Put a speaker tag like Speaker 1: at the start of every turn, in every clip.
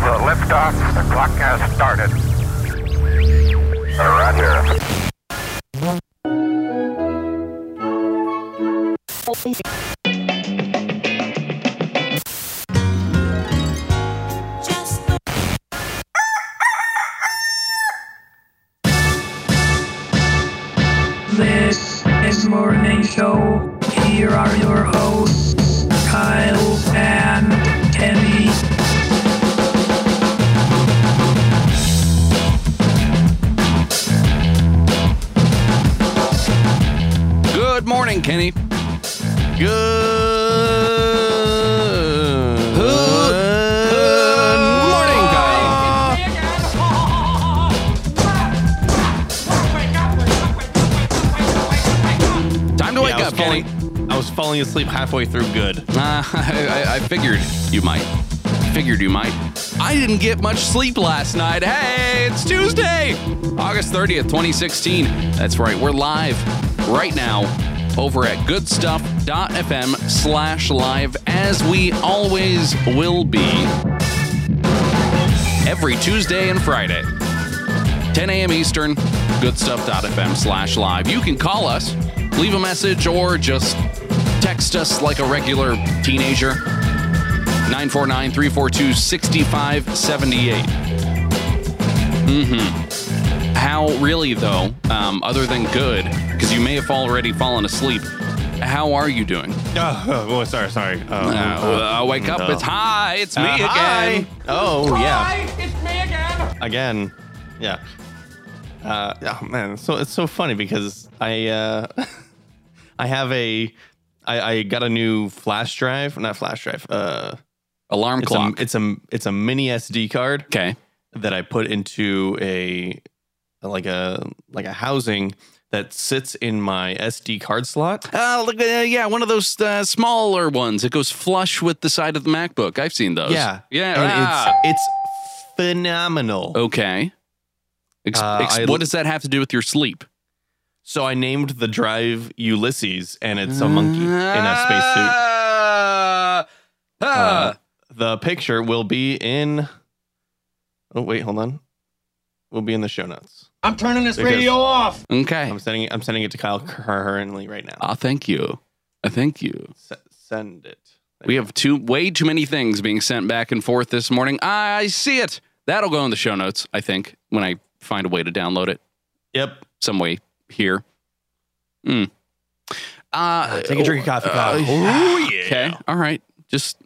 Speaker 1: liftoff. The clock has started. Roger.
Speaker 2: This is Morning Show. Here are your hosts, Kyle and Kenny.
Speaker 3: Good morning, Kenny. Good morning, Kyle. Time to wake
Speaker 4: I was
Speaker 3: up, Kenny.
Speaker 4: falling- I was falling asleep halfway through good.
Speaker 3: Uh, I, I, I figured you might. Figured you might. I didn't get much sleep last night. Hey, it's Tuesday, August 30th, 2016. That's right, we're live right now over at goodstuff.fm slash live, as we always will be every Tuesday and Friday. 10 a.m. Eastern, goodstuff.fm slash live. You can call us, leave a message, or just text us like a regular teenager. 949 342 6578. Mm hmm. How, really, though, um, other than good, because you may have already fallen asleep, how are you doing?
Speaker 4: Oh, oh, oh, sorry, sorry. Oh,
Speaker 3: Uh,
Speaker 4: oh,
Speaker 3: uh, wake up.
Speaker 4: no.
Speaker 3: It's hi. It's me
Speaker 4: Uh,
Speaker 3: again.
Speaker 4: hi. Oh, yeah.
Speaker 2: it's me again.
Speaker 4: Again. Yeah. Uh, oh man, so it's so funny because I uh, I have a I, I got a new flash drive, not flash drive. Uh,
Speaker 3: Alarm
Speaker 4: it's a
Speaker 3: clock.
Speaker 4: it's a it's a mini SD card
Speaker 3: okay.
Speaker 4: that I put into a like a like a housing that sits in my SD card slot.
Speaker 3: Uh, look, uh, yeah, one of those uh, smaller ones. It goes flush with the side of the MacBook. I've seen those.
Speaker 4: Yeah.
Speaker 3: Yeah. Oh.
Speaker 4: And
Speaker 3: ah.
Speaker 4: it's it's phenomenal.
Speaker 3: okay. Ex-
Speaker 4: Uh,
Speaker 3: ex-
Speaker 4: I-
Speaker 3: what does that have to do with your sleep?
Speaker 4: So I named the drive Ulysses, and it's a monkey in a spacesuit.
Speaker 3: Ah.
Speaker 4: Uh,
Speaker 3: Ah.
Speaker 4: the picture will be in. Oh wait, hold on. Will be in the show notes.
Speaker 5: I'm turning this
Speaker 4: Because-
Speaker 5: radio off.
Speaker 3: okay.
Speaker 4: I'm sending. I'm sending it to Kyle currently right now.
Speaker 3: Ah, thank you. Uh, thank you.
Speaker 4: S- send it.
Speaker 3: We have too way too many things being sent back and forth this morning. I see it. That'll go in the show notes, I think, when I find a way to download it
Speaker 4: Yep.
Speaker 3: some way here. Mm. Uh,
Speaker 4: Take a drink of coffee, Kyle. oh yeah.
Speaker 3: Okay. All right. Just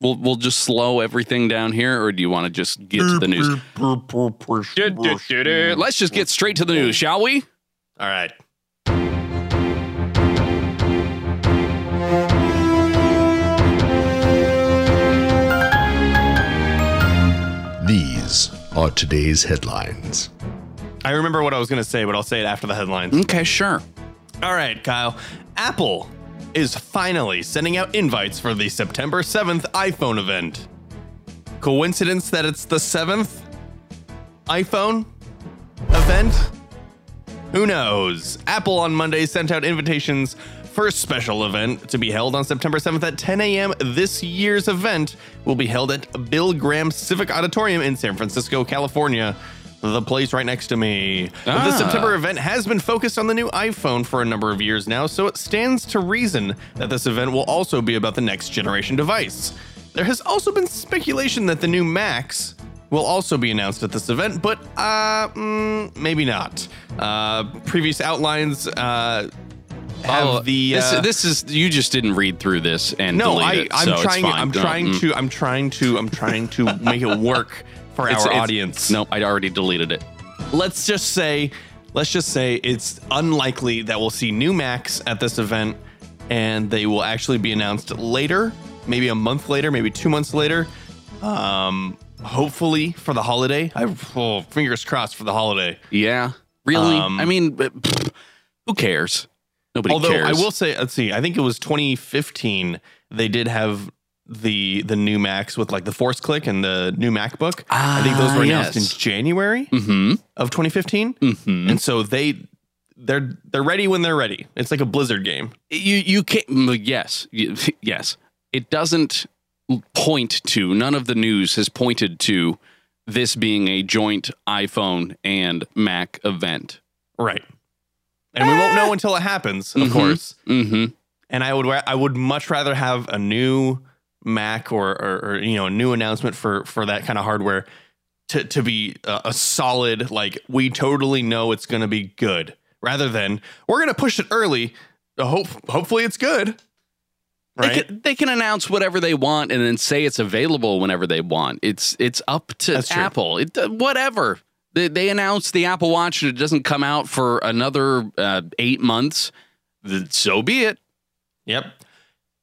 Speaker 3: we'll we'll just slow everything down here, or do you want to just get to the news? Uh, Let's just get straight to the news, shall we?
Speaker 4: All right.
Speaker 6: These are today's headlines.
Speaker 4: I remember what I was gonna say, but I'll say it after the headlines.
Speaker 3: Okay, sure.
Speaker 4: All right, Kyle. Apple is finally sending out invites for the September 7th iPhone event. Coincidence that it's the 7th iPhone event? Who knows? Apple on Monday sent out invitations for a special event to be held on September 7th at 10 a.m. This year's event will be held at Bill Graham Civic Auditorium in San Francisco, California. The place right next to me.
Speaker 3: Ah.
Speaker 4: The September event has been focused on the new iPhone for a number of years now, so it stands to reason that this event will also be about the next generation device. There has also been speculation that the new Macs will also be announced at this event, but uh, mm, maybe not. Uh, previous outlines uh, have the
Speaker 3: Oh, this,
Speaker 4: uh,
Speaker 3: this is you just didn't read through this and
Speaker 4: no.
Speaker 3: delete
Speaker 4: I,
Speaker 3: it,
Speaker 4: I'm
Speaker 3: so it's
Speaker 4: trying.
Speaker 3: fine.
Speaker 4: I'm
Speaker 3: No,
Speaker 4: trying
Speaker 3: mm.
Speaker 4: to. I'm trying to. I'm trying to make it work for
Speaker 3: It's-
Speaker 4: our
Speaker 3: it's-
Speaker 4: audience.
Speaker 3: No, I already deleted it.
Speaker 4: let's just say let's just say it's unlikely that we'll see new Macs at this event and they will actually be announced later, maybe a month later, maybe 2 months later. Um hopefully for the holiday. I oh, fingers crossed for the holiday.
Speaker 3: Yeah. Really?
Speaker 4: Um,
Speaker 3: I mean, but, pfft, who cares? Nobody
Speaker 4: Although
Speaker 3: cares.
Speaker 4: I will say let's see, I think it was 2015 they did have the the new Macs with like the Force Click and the new MacBook. I think those
Speaker 3: Ah,
Speaker 4: were announced
Speaker 3: yes.
Speaker 4: in January
Speaker 3: Mm-hmm.
Speaker 4: of 2015.
Speaker 3: Mm-hmm.
Speaker 4: and so they they're they're ready when they're ready. It's like a blizzard game.
Speaker 3: you you can't mm, yes y- yes it doesn't point to none of the news has pointed to this being a joint iPhone and Mac event.
Speaker 4: Right. And we won't know until it happens, of
Speaker 3: Mhm.
Speaker 4: course.
Speaker 3: hmm
Speaker 4: And I would ra- I would much rather have a new Mac or, or, or you know a new announcement for for that kind of hardware to to be a, a solid like we totally know it's going to be good rather than we're going to push it early. uh, Hope hopefully it's good. Right.
Speaker 3: They can, they can announce whatever they want and then say it's available whenever they want. It's it's up to
Speaker 4: That's true.
Speaker 3: Apple. It uh, whatever they, they announce the Apple Watch and it doesn't come out for another uh, eight months. th- So be it.
Speaker 4: Yep.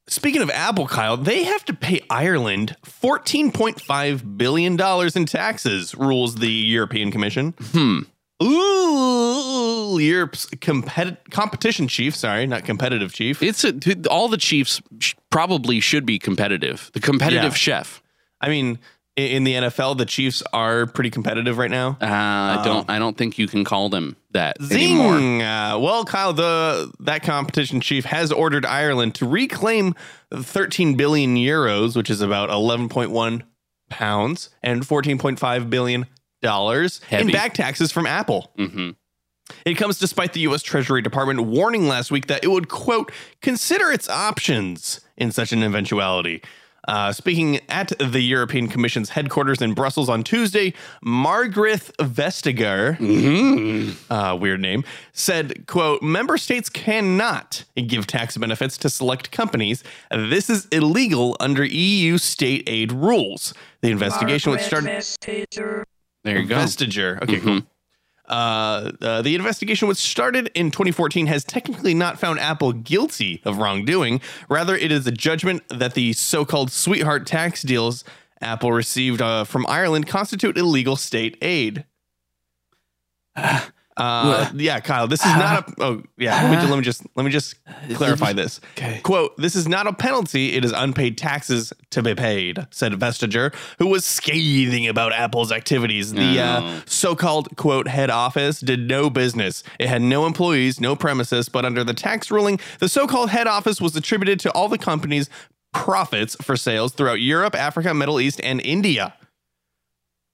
Speaker 4: Speaking of Apple, Kyle, they have to pay Ireland $14.5 billion in taxes, rules the European Commission.
Speaker 3: Hmm.
Speaker 4: Ooh, Europe's competi- competition chief, sorry, not competitive chief.
Speaker 3: It's a, all the Chiefs sh- probably should be competitive. The competitive
Speaker 4: Yeah.
Speaker 3: chef.
Speaker 4: I mean, i- in the NFL, the Chiefs are pretty competitive right now.
Speaker 3: Uh, I don't. I don't think you can call them that anymore.
Speaker 4: Um, Zing! Uh, well, Kyle, the that competition chief has ordered Ireland to reclaim 13 billion euros, which is about 11.1 pounds and 14.5 billion dollars in
Speaker 3: Heavy.
Speaker 4: back taxes from Apple.
Speaker 3: hmm
Speaker 4: It comes despite the U.S. Treasury Department warning last week that it would quote consider its options in such an eventuality. Uh, speaking at the European Commission's headquarters in Brussels on Tuesday, Margrethe Vestager uh, weird name said quote member states cannot give tax benefits to select companies this is illegal under eu state aid rules the investigation which started
Speaker 2: Teacher.
Speaker 3: There you go. Mm-hmm.
Speaker 4: vestiger okay cool uh, uh, the investigation, which started in 2014, has technically not found Apple guilty of wrongdoing. Rather, it is a judgment that the so called sweetheart tax deals Apple received uh, from Ireland constitute illegal state aid. Uh, yeah, Kyle, this is not a. Oh, yeah. Let me, ju- let me just let me just clarify this.
Speaker 3: Okay.
Speaker 4: Quote: This is not a penalty. It is unpaid taxes to be paid," said Vestager, who was scathing about Apple's activities. The uh,
Speaker 3: Oh.
Speaker 4: so-called quote head office did no business. It had no employees, no premises. But under the tax ruling, the so-called head office was attributed to all the company's profits for sales throughout Europe, Africa, Middle East, and India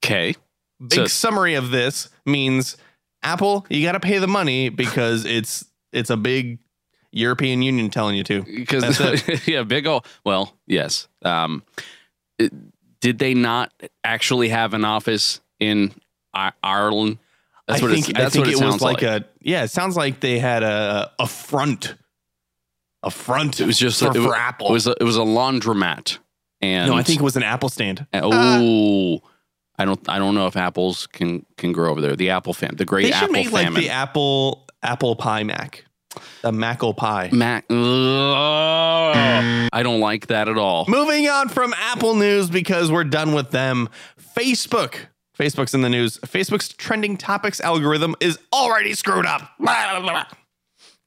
Speaker 3: Okay.
Speaker 4: big
Speaker 3: So-
Speaker 4: summary of this means Apple, you got to pay the money because it's it's a big European Union telling you to.
Speaker 3: because
Speaker 4: That's
Speaker 3: yeah, big ol' Well, yes. Um, it- did they not actually have an office in I- Ireland? That's
Speaker 4: I
Speaker 3: what
Speaker 4: think,
Speaker 3: it's,
Speaker 4: I
Speaker 3: that's
Speaker 4: think
Speaker 3: what it,
Speaker 4: it,
Speaker 3: sounds
Speaker 4: was like, a yeah. It sounds like they had a a front, a front.
Speaker 3: It was just
Speaker 4: for,
Speaker 3: it, was-
Speaker 4: for Apple.
Speaker 3: It was a, it was a laundromat, and
Speaker 4: no, I think it was uh, an Apple stand.
Speaker 3: oh, I don't I don't know if apples can can grow over there. The apple fam, the great
Speaker 4: They should
Speaker 3: apple
Speaker 4: make
Speaker 3: famine.
Speaker 4: like the Apple Apple Pie Mac, the Mackle Pie.
Speaker 3: Mac, Ugh. I don't like that at all.
Speaker 4: Moving on from Apple news because we're done with them. Facebook. Facebook's in the news. Facebook's trending topics algorithm is already screwed up. Blah, blah, blah.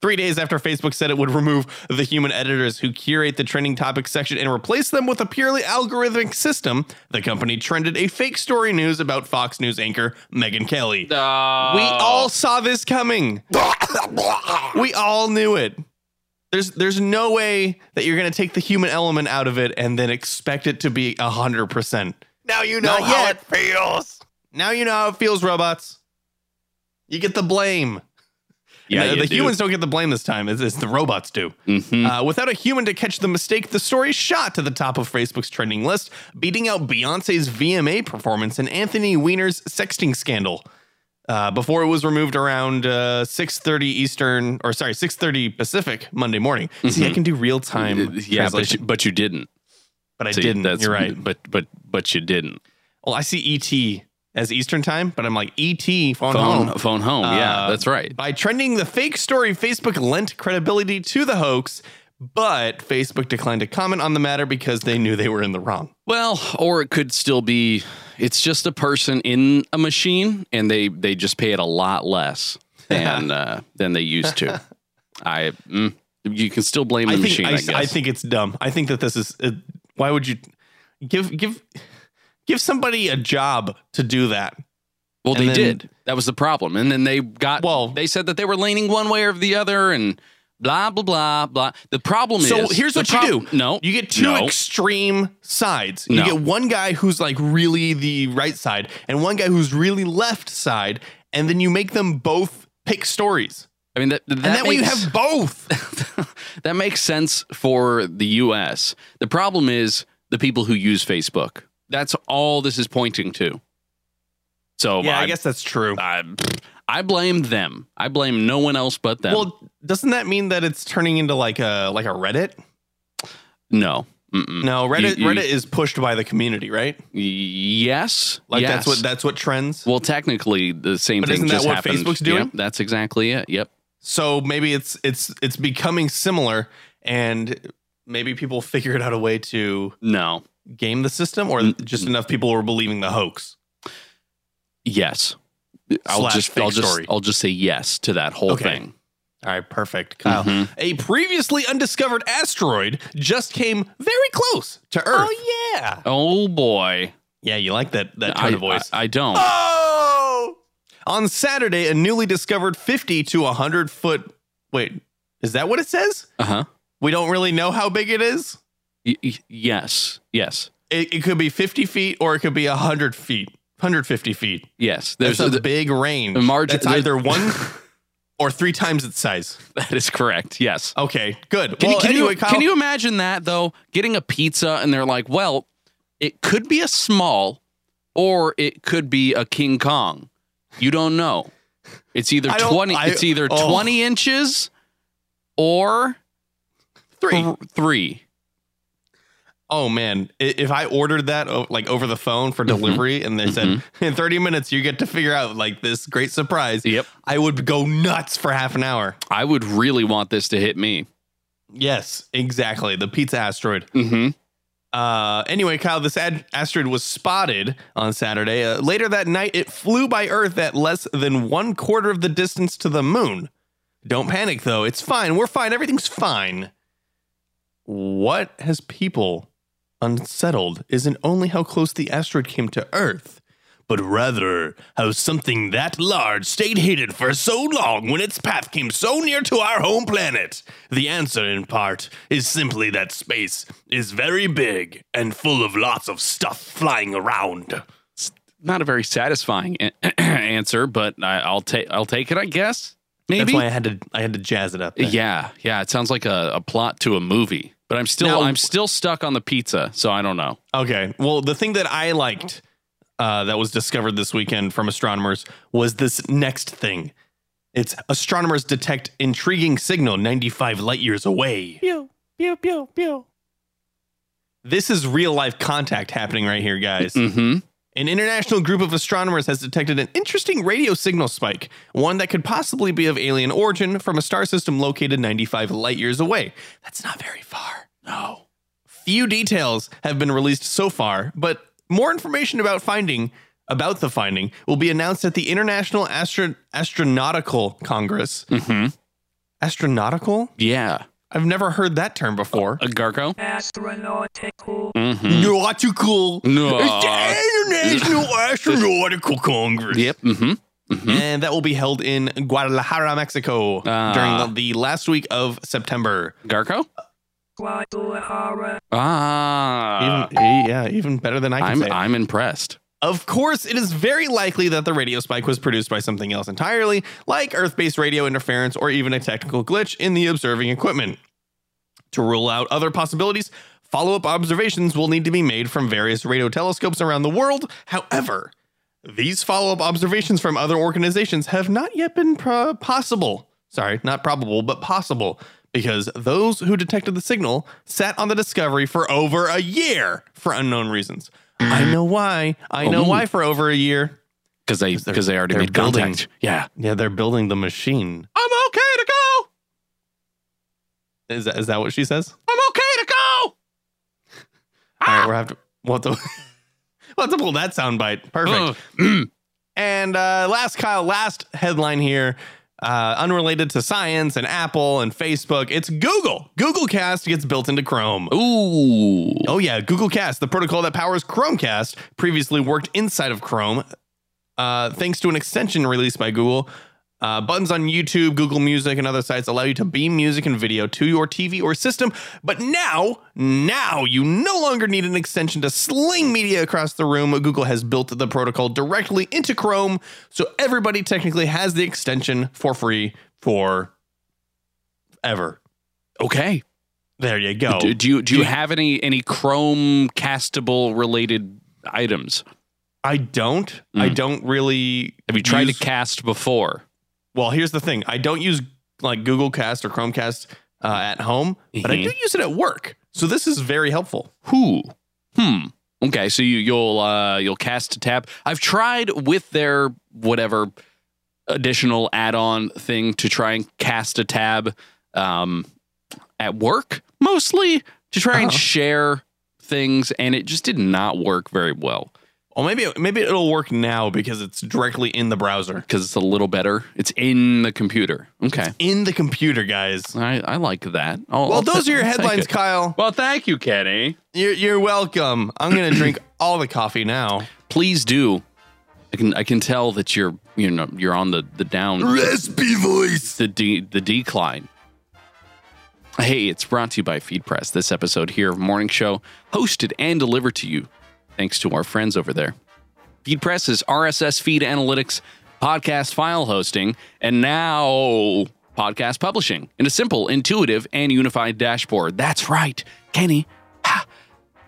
Speaker 4: Three days after Facebook said it would remove the human editors who curate the trending topics section and replace them with a purely algorithmic system, the company trended a fake story news about Fox News anchor Megyn Kelly.
Speaker 3: Uh,
Speaker 4: We all saw this coming. we all knew it. There's there's no way that you're gonna take the human element out of it and then expect it to be hundred percent.
Speaker 1: Now you know
Speaker 4: Not
Speaker 1: how
Speaker 4: yet.
Speaker 1: it feels.
Speaker 4: Now you know how it feels, robots. You get the blame. Uh,
Speaker 3: yeah,
Speaker 4: the,
Speaker 3: you
Speaker 4: the
Speaker 3: do.
Speaker 4: humans don't get the blame this time. It's, it's the robots do.
Speaker 3: Mhm.
Speaker 4: Uh, without a human to catch the mistake, the story shot to the top of Facebook's trending list, beating out Beyonce's VMA performance and Anthony Weiner's sexting scandal. Uh, before it was removed around uh, 6.30 Eastern, or sorry, 6.30 Pacific Monday morning. See, I can do real-time
Speaker 3: Mm-hmm. yeah, but you,
Speaker 4: translation,
Speaker 3: but you didn't.
Speaker 4: but I
Speaker 3: See,
Speaker 4: didn't.
Speaker 3: that's-
Speaker 4: You're right.
Speaker 3: But but but you didn't.
Speaker 4: Well, I see E.T. as Eastern time, but I'm like, E.T. phone,
Speaker 3: Phone
Speaker 4: home.
Speaker 3: phone home. yeah,
Speaker 4: Uh,
Speaker 3: that's right.
Speaker 4: By trending the fake story, Facebook lent credibility to the hoax, but Facebook declined to comment on the matter because they knew they were in the wrong.
Speaker 3: Well, or it could still be it's just a person in a machine and they they just pay it a lot less than uh, than they used to. I mm, you can still blame the
Speaker 4: I think
Speaker 3: machine,
Speaker 4: I,
Speaker 3: I,
Speaker 4: s-
Speaker 3: guess.
Speaker 4: I think it's dumb. I think that this is uh, why would you give give give somebody a job to do that?
Speaker 3: well,
Speaker 4: and
Speaker 3: they
Speaker 4: then-
Speaker 3: did. That was the problem. And then they got well,
Speaker 4: Well-
Speaker 3: they said that they were leaning one way or the other and blah blah blah blah. The problem
Speaker 4: So
Speaker 3: is
Speaker 4: here's
Speaker 3: the
Speaker 4: what you
Speaker 3: prob-
Speaker 4: do.
Speaker 3: No,
Speaker 4: You get two
Speaker 3: no.
Speaker 4: extreme sides.
Speaker 3: No.
Speaker 4: You get one guy who's like really the right side and one guy who's really left side, and then you make them both pick stories.
Speaker 3: I mean that, that,
Speaker 4: And that, way you
Speaker 3: makes-
Speaker 4: have both.
Speaker 3: that makes sense for the US. The problem is the people who use Facebook. That's all this is pointing to. So
Speaker 4: yeah,
Speaker 3: I,
Speaker 4: I guess that's true.
Speaker 3: I, I blame them. I blame no one else but them.
Speaker 4: Well, doesn't that mean that it's turning into like a like a Reddit?
Speaker 3: no. Mm-mm.
Speaker 4: No, Reddit
Speaker 3: you-
Speaker 4: Reddit is pushed by the community, right?
Speaker 3: Yes.
Speaker 4: Like
Speaker 3: yes.
Speaker 4: that's what that's what trends.
Speaker 3: well, technically, the same
Speaker 4: But
Speaker 3: thing
Speaker 4: isn't that
Speaker 3: just
Speaker 4: what
Speaker 3: happened.
Speaker 4: Facebook's doing?
Speaker 3: Yep, that's exactly it. Yep.
Speaker 4: so maybe it's it's it's becoming similar and maybe people figured out a way to
Speaker 3: No.
Speaker 4: game the system or
Speaker 3: Mm,
Speaker 4: just enough people were believing the hoax.
Speaker 3: Yes. I'll
Speaker 4: Slash
Speaker 3: just
Speaker 4: fake
Speaker 3: I'll just
Speaker 4: story.
Speaker 3: I'll just say yes to that whole
Speaker 4: Okay.
Speaker 3: thing.
Speaker 4: All right, perfect. Kyle.
Speaker 3: Mhm.
Speaker 4: A previously undiscovered asteroid just came very close to Earth. Oh yeah.
Speaker 3: Oh boy.
Speaker 4: Yeah, you like that that
Speaker 3: I,
Speaker 4: tone of voice. Ah!
Speaker 3: I, I don't.
Speaker 4: oh! On Saturday, a newly discovered 50 to 100 foot Wait, is that what it says?
Speaker 3: Uh-huh.
Speaker 4: We don't really know how big it is.
Speaker 3: Y- y- yes, yes,
Speaker 4: It, it could be 50 feet or it could be 100 feet, 150 feet.
Speaker 3: yes. There's
Speaker 4: There's a
Speaker 3: the-
Speaker 4: big range.
Speaker 3: the margin-
Speaker 4: That's
Speaker 3: there-
Speaker 4: either one or three times its size.
Speaker 3: that is correct. Yes.
Speaker 4: Okay, good.
Speaker 3: Can,
Speaker 4: Uh, well,
Speaker 3: you, can,
Speaker 4: anyway,
Speaker 3: you,
Speaker 4: Kyle,
Speaker 3: can you imagine that though? Getting a pizza and they're like, well, it could be a small, or it could be a King Kong. You don't know. It's either
Speaker 4: I don't-
Speaker 3: twenty.
Speaker 4: I-
Speaker 3: it's either
Speaker 4: oh.
Speaker 3: twenty inches, or
Speaker 4: three?
Speaker 3: th- three.
Speaker 4: Oh man, I- if I ordered that o- like over the phone for
Speaker 3: Mm-hmm.
Speaker 4: delivery and they said in 30 minutes you get to figure out like this great surprise,
Speaker 3: Yep.
Speaker 4: I would go nuts for half an hour.
Speaker 3: I would really want this to hit me.
Speaker 4: Yes, exactly. The pizza asteroid.
Speaker 3: Mm-hmm.
Speaker 4: Uh, anyway, Kyle, this ad- asteroid was spotted on Saturday. Uh, later that night, it flew by Earth at less than one quarter of the distance to the moon. Don't panic, though. It's fine. We're fine. Everything's fine. What has people unsettled isn't only how close the asteroid came to Earth, but rather how something that large stayed hidden for so long when its path came so near to our home planet. The answer, in part, is simply that space is very big and full of lots of stuff flying around.
Speaker 3: Not a very satisfying a- answer, but I, I'll take. I'll take it. I guess. Maybe.
Speaker 4: That's why I had to I had to jazz it up. there.
Speaker 3: Yeah, yeah. It sounds like a, a plot to a movie, but I'm still
Speaker 4: Now-
Speaker 3: I'm still stuck on the pizza, so I don't know.
Speaker 4: Okay. Well, the thing that I liked uh, that was discovered this weekend from astronomers was this next thing. It's astronomers detect intriguing signal 95 light years away.
Speaker 5: pew, pew, pew, pew.
Speaker 4: This is real life contact happening right here, guys.
Speaker 3: Mm-hmm.
Speaker 4: An international group of astronomers has detected an interesting radio signal spike, one that could possibly be of alien origin from a star system located 95 light years away. That's not very far. No. Few details have been released so far, but more information about finding about the finding will be announced at the International Astro- Astronautical Congress.
Speaker 3: Mm-hmm.
Speaker 4: Astronautical?
Speaker 3: Yeah.
Speaker 4: I've never heard that term before.
Speaker 3: A Garco.
Speaker 2: Astronautical.
Speaker 3: Mm-hmm.
Speaker 4: Nautical.
Speaker 3: No.
Speaker 4: International Astronautical Congress.
Speaker 3: Yep. Mm-hmm.
Speaker 4: and that will be held in Guadalajara, Mexico,
Speaker 3: Ah.
Speaker 4: during the, the last week of September.
Speaker 3: Garco.
Speaker 2: Guadalajara.
Speaker 3: Ah.
Speaker 4: even, eh, yeah, even better than I can
Speaker 3: I'm
Speaker 4: say.
Speaker 3: I'm impressed.
Speaker 4: of course, it is very likely that the radio spike was produced by something else entirely, like Earth-based radio interference or even a technical glitch in the observing equipment. To rule out other possibilities, follow-up observations will need to be made from various radio telescopes around the world. However, these follow-up observations from other organizations have not yet been pro- possible. Sorry, not probable, but possible because those who detected the signal sat on the discovery for over a year for unknown reasons. I know why. I know
Speaker 3: Oh.
Speaker 4: why for over a year.
Speaker 3: Because they
Speaker 4: 'Cause they're-
Speaker 3: because they already
Speaker 4: they're
Speaker 3: made
Speaker 4: building.
Speaker 3: contact. Yeah.
Speaker 4: Yeah, they're building the machine.
Speaker 3: I'm okay to go.
Speaker 4: Is that, is that what she says?
Speaker 3: I'm okay to go. Ah!
Speaker 4: All right, we'll have to we'll have to, we'll have to pull that soundbite. Perfect. And uh, last, Kyle, last headline here, uh, unrelated to science and Apple and Facebook. It's Google. Google Cast gets built into Chrome.
Speaker 3: Ooh.
Speaker 4: Oh yeah, Google Cast, the protocol that powers Chromecast, previously worked inside of Chrome. Uh, thanks to an extension released by Google, Uh, buttons on YouTube, Google Music, and other sites allow you to beam music and video to your TV or system. But now, now you no longer need an extension to sling media across the room. Google has built the protocol directly into Chrome, so everybody technically has the extension for free for ever.
Speaker 3: Okay.
Speaker 4: There Oh. you go.
Speaker 3: Do, do you do you have any any Chrome castable related items?
Speaker 4: I don't. I don't really.
Speaker 3: Have Mm. you tried
Speaker 4: use-
Speaker 3: to cast before?
Speaker 4: Well, here's the thing. I don't use like Google Cast or Chromecast uh, at home, but
Speaker 3: Mm-hmm.
Speaker 4: I do use it at work. So this is very helpful.
Speaker 3: Who? Hmm. Okay, so you you'll uh you'll cast to tap. I've tried with their whatever additional add-on thing to try and cast a tab um at work mostly to try and
Speaker 4: Uh-huh.
Speaker 3: share things and it just did not work very well
Speaker 4: Well, maybe maybe it'll work now because it's directly in the browser,
Speaker 3: because it's a little better. It's in the computer. Okay.
Speaker 4: in the computer, guys.
Speaker 3: I, I like that. I'll-
Speaker 4: Well,
Speaker 3: I'll
Speaker 4: those
Speaker 3: ta-
Speaker 4: are your
Speaker 3: I'll take
Speaker 4: headlines,
Speaker 3: it.
Speaker 4: Kyle.
Speaker 3: Well, thank you, Kenny.
Speaker 4: You're, you're welcome. I'm gonna drink all the coffee now.
Speaker 3: Please do. I can I can tell that you're you know you're on the the down
Speaker 4: Raspy voice.
Speaker 3: the de- the decline. Hey, it's brought to you by Feed Press. This episode here of Morning Show, hosted and delivered to you thanks to our friends over there. Feed Press is RSS feed analytics, podcast file hosting, and now podcast publishing in a simple, intuitive, and unified dashboard. That's right, Kenny. Ha.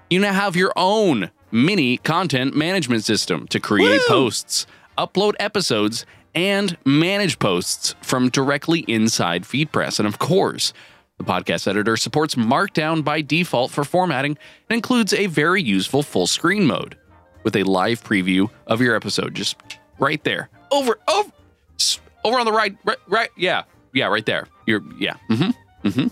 Speaker 3: You now have your own mini content management system to create posts, upload episodes, and manage posts from directly inside FeedPress. And of course, the podcast editor supports Markdown by default for formatting and includes a very useful full screen mode with a live preview of your episode just right there over over s- over on the right right, right yeah yeah right there you're yeah mhm mhm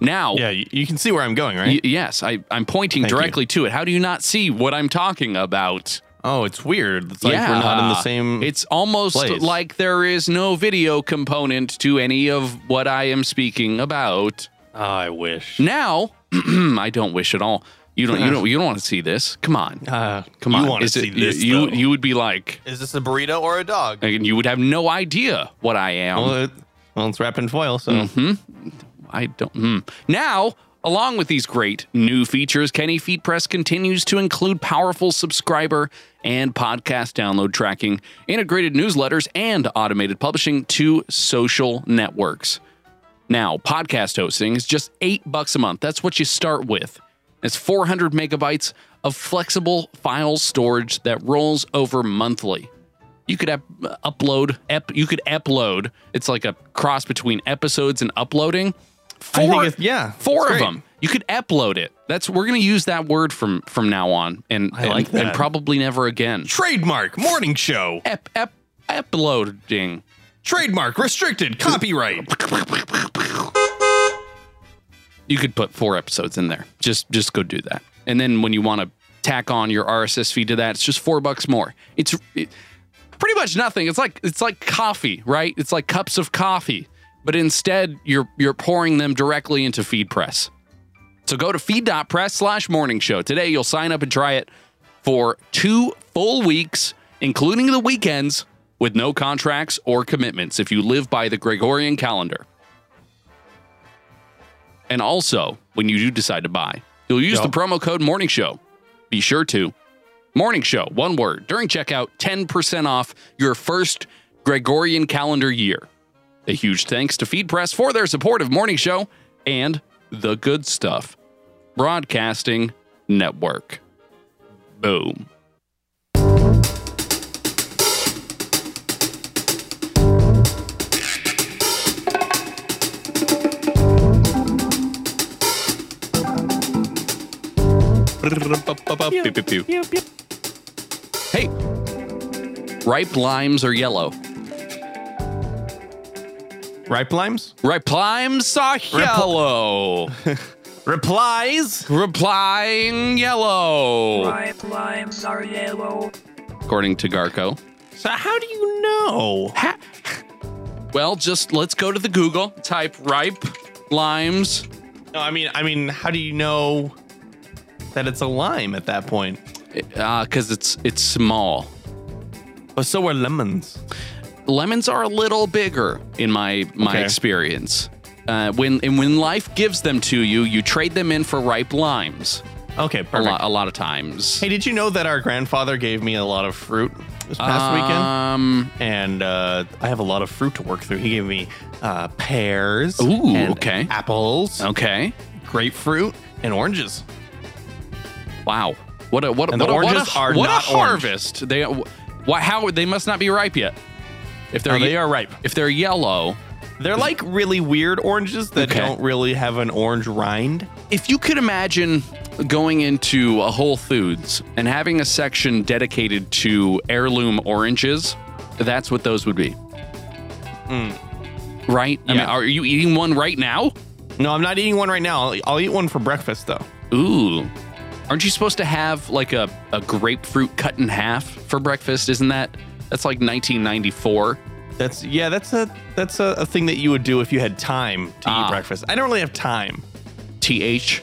Speaker 3: now
Speaker 4: Yeah, you, you can see where I'm going, right?
Speaker 3: y- yes I, i'm pointing
Speaker 4: Thank you.
Speaker 3: directly to it how do you not see what i'm talking about Ah,
Speaker 4: oh, it's weird. It's like we're not in the same.
Speaker 3: it's almost
Speaker 4: place.
Speaker 3: like there is no video component to any of what i am speaking about
Speaker 4: Oh, I wish.
Speaker 3: now i don't wish at all you don't you don't you don't want to see this come on
Speaker 4: Uh,
Speaker 3: Ah, come on
Speaker 4: You want to
Speaker 3: Is it-
Speaker 4: see this?
Speaker 3: you,
Speaker 4: though.
Speaker 3: you would be like
Speaker 4: Is this a burrito or a dog?
Speaker 3: and you would have no idea what I am.
Speaker 4: Well, it, well it's wrapped in foil, so
Speaker 3: Mm-hmm. I don't. hmm. Now, along with these great new features, Kenny Feet Press continues to include powerful subscriber and podcast download tracking, integrated newsletters, and automated publishing to social networks. Now, podcast hosting is just eight bucks a month. That's what you start with. It's 400 megabytes of flexible file storage that rolls over monthly. You could up- upload, ep- you could upload. It's like a cross between episodes and uploading. Four,
Speaker 4: I think it's- yeah,
Speaker 3: four
Speaker 4: it's
Speaker 3: of
Speaker 4: great.
Speaker 3: them. You could upload it. That's we're gonna use that word from from now on, and and,
Speaker 4: like
Speaker 3: and
Speaker 4: that.
Speaker 3: probably never again.
Speaker 4: trademark morning show
Speaker 3: Ep, ep, uploading.
Speaker 4: trademark restricted copyright
Speaker 3: you could put four episodes in there. Just just go do that. And then when you want to tack on your RSS feed to that, it's just four bucks more. It's it, pretty much nothing. It's like it's like coffee, right? It's like cups of coffee, but instead you're you're pouring them directly into Feed Press. So go to feed.press slash morning show. Today you'll sign up and try it for two full weeks, including the weekends, with no contracts or commitments if you live by the Gregorian calendar. And also, when you do decide to buy, you'll use the promo code Morning Show. Be sure to Morning Show, one word during checkout, ten percent off your first Gregorian calendar year. A huge thanks to Feed Press for their support of Morning Show and the Good Stuff Broadcasting Network. Boom. Pew, pew, pew.
Speaker 5: pew, pew.
Speaker 3: Hey, ripe limes are yellow.
Speaker 4: ripe limes
Speaker 3: Ripe limes are yellow.
Speaker 4: replies
Speaker 3: Replying yellow,
Speaker 2: Ripe limes are yellow.
Speaker 3: according to Garco.
Speaker 4: so how do you know
Speaker 3: Well, just let's go to the Google, type ripe limes.
Speaker 4: no i mean i mean how do you know that it's a lime at that point
Speaker 3: uh, because it's it's small.
Speaker 4: but so are lemons
Speaker 3: lemons are a little bigger in my my
Speaker 4: Okay.
Speaker 3: experience. Uh, when and when life gives them to you, you trade them in for ripe limes.
Speaker 4: Okay,
Speaker 3: A
Speaker 4: perfect.
Speaker 3: lot, a lot of times.
Speaker 4: Hey, did you know that our grandfather gave me a lot of fruit this
Speaker 3: Uh,
Speaker 4: past
Speaker 3: Um,
Speaker 4: weekend? And uh, I have a lot of fruit to work through. He gave me uh, pears,
Speaker 3: Ooh,
Speaker 4: and
Speaker 3: okay. Oh,
Speaker 4: apples,
Speaker 3: okay.
Speaker 4: grapefruit, and oranges.
Speaker 3: Wow. What a what a,
Speaker 4: And the
Speaker 3: what a, what a,
Speaker 4: oranges are
Speaker 3: what a
Speaker 4: not orange.
Speaker 3: harvest. They why how they must not be ripe yet. If they're
Speaker 4: Oh, they
Speaker 3: ye-
Speaker 4: are ripe.
Speaker 3: if they're yellow,
Speaker 4: They're like really weird oranges that
Speaker 3: Okay.
Speaker 4: don't really have an orange rind.
Speaker 3: if you could imagine going into a Whole Foods and having a section dedicated to heirloom oranges, that's what those would be. Right? I mean,
Speaker 4: Hmm. Yeah.
Speaker 3: are you eating one right now?
Speaker 4: No, I'm not eating one right now. I'll, I'll eat one for breakfast though.
Speaker 3: Ooh. Aren't you supposed to have like a, a grapefruit cut in half for breakfast? Isn't that? That's like 1994.
Speaker 4: That's yeah. That's a that's a, a thing that you would do if you had time to
Speaker 3: Ah.
Speaker 4: eat breakfast. I don't really have time.
Speaker 3: TH.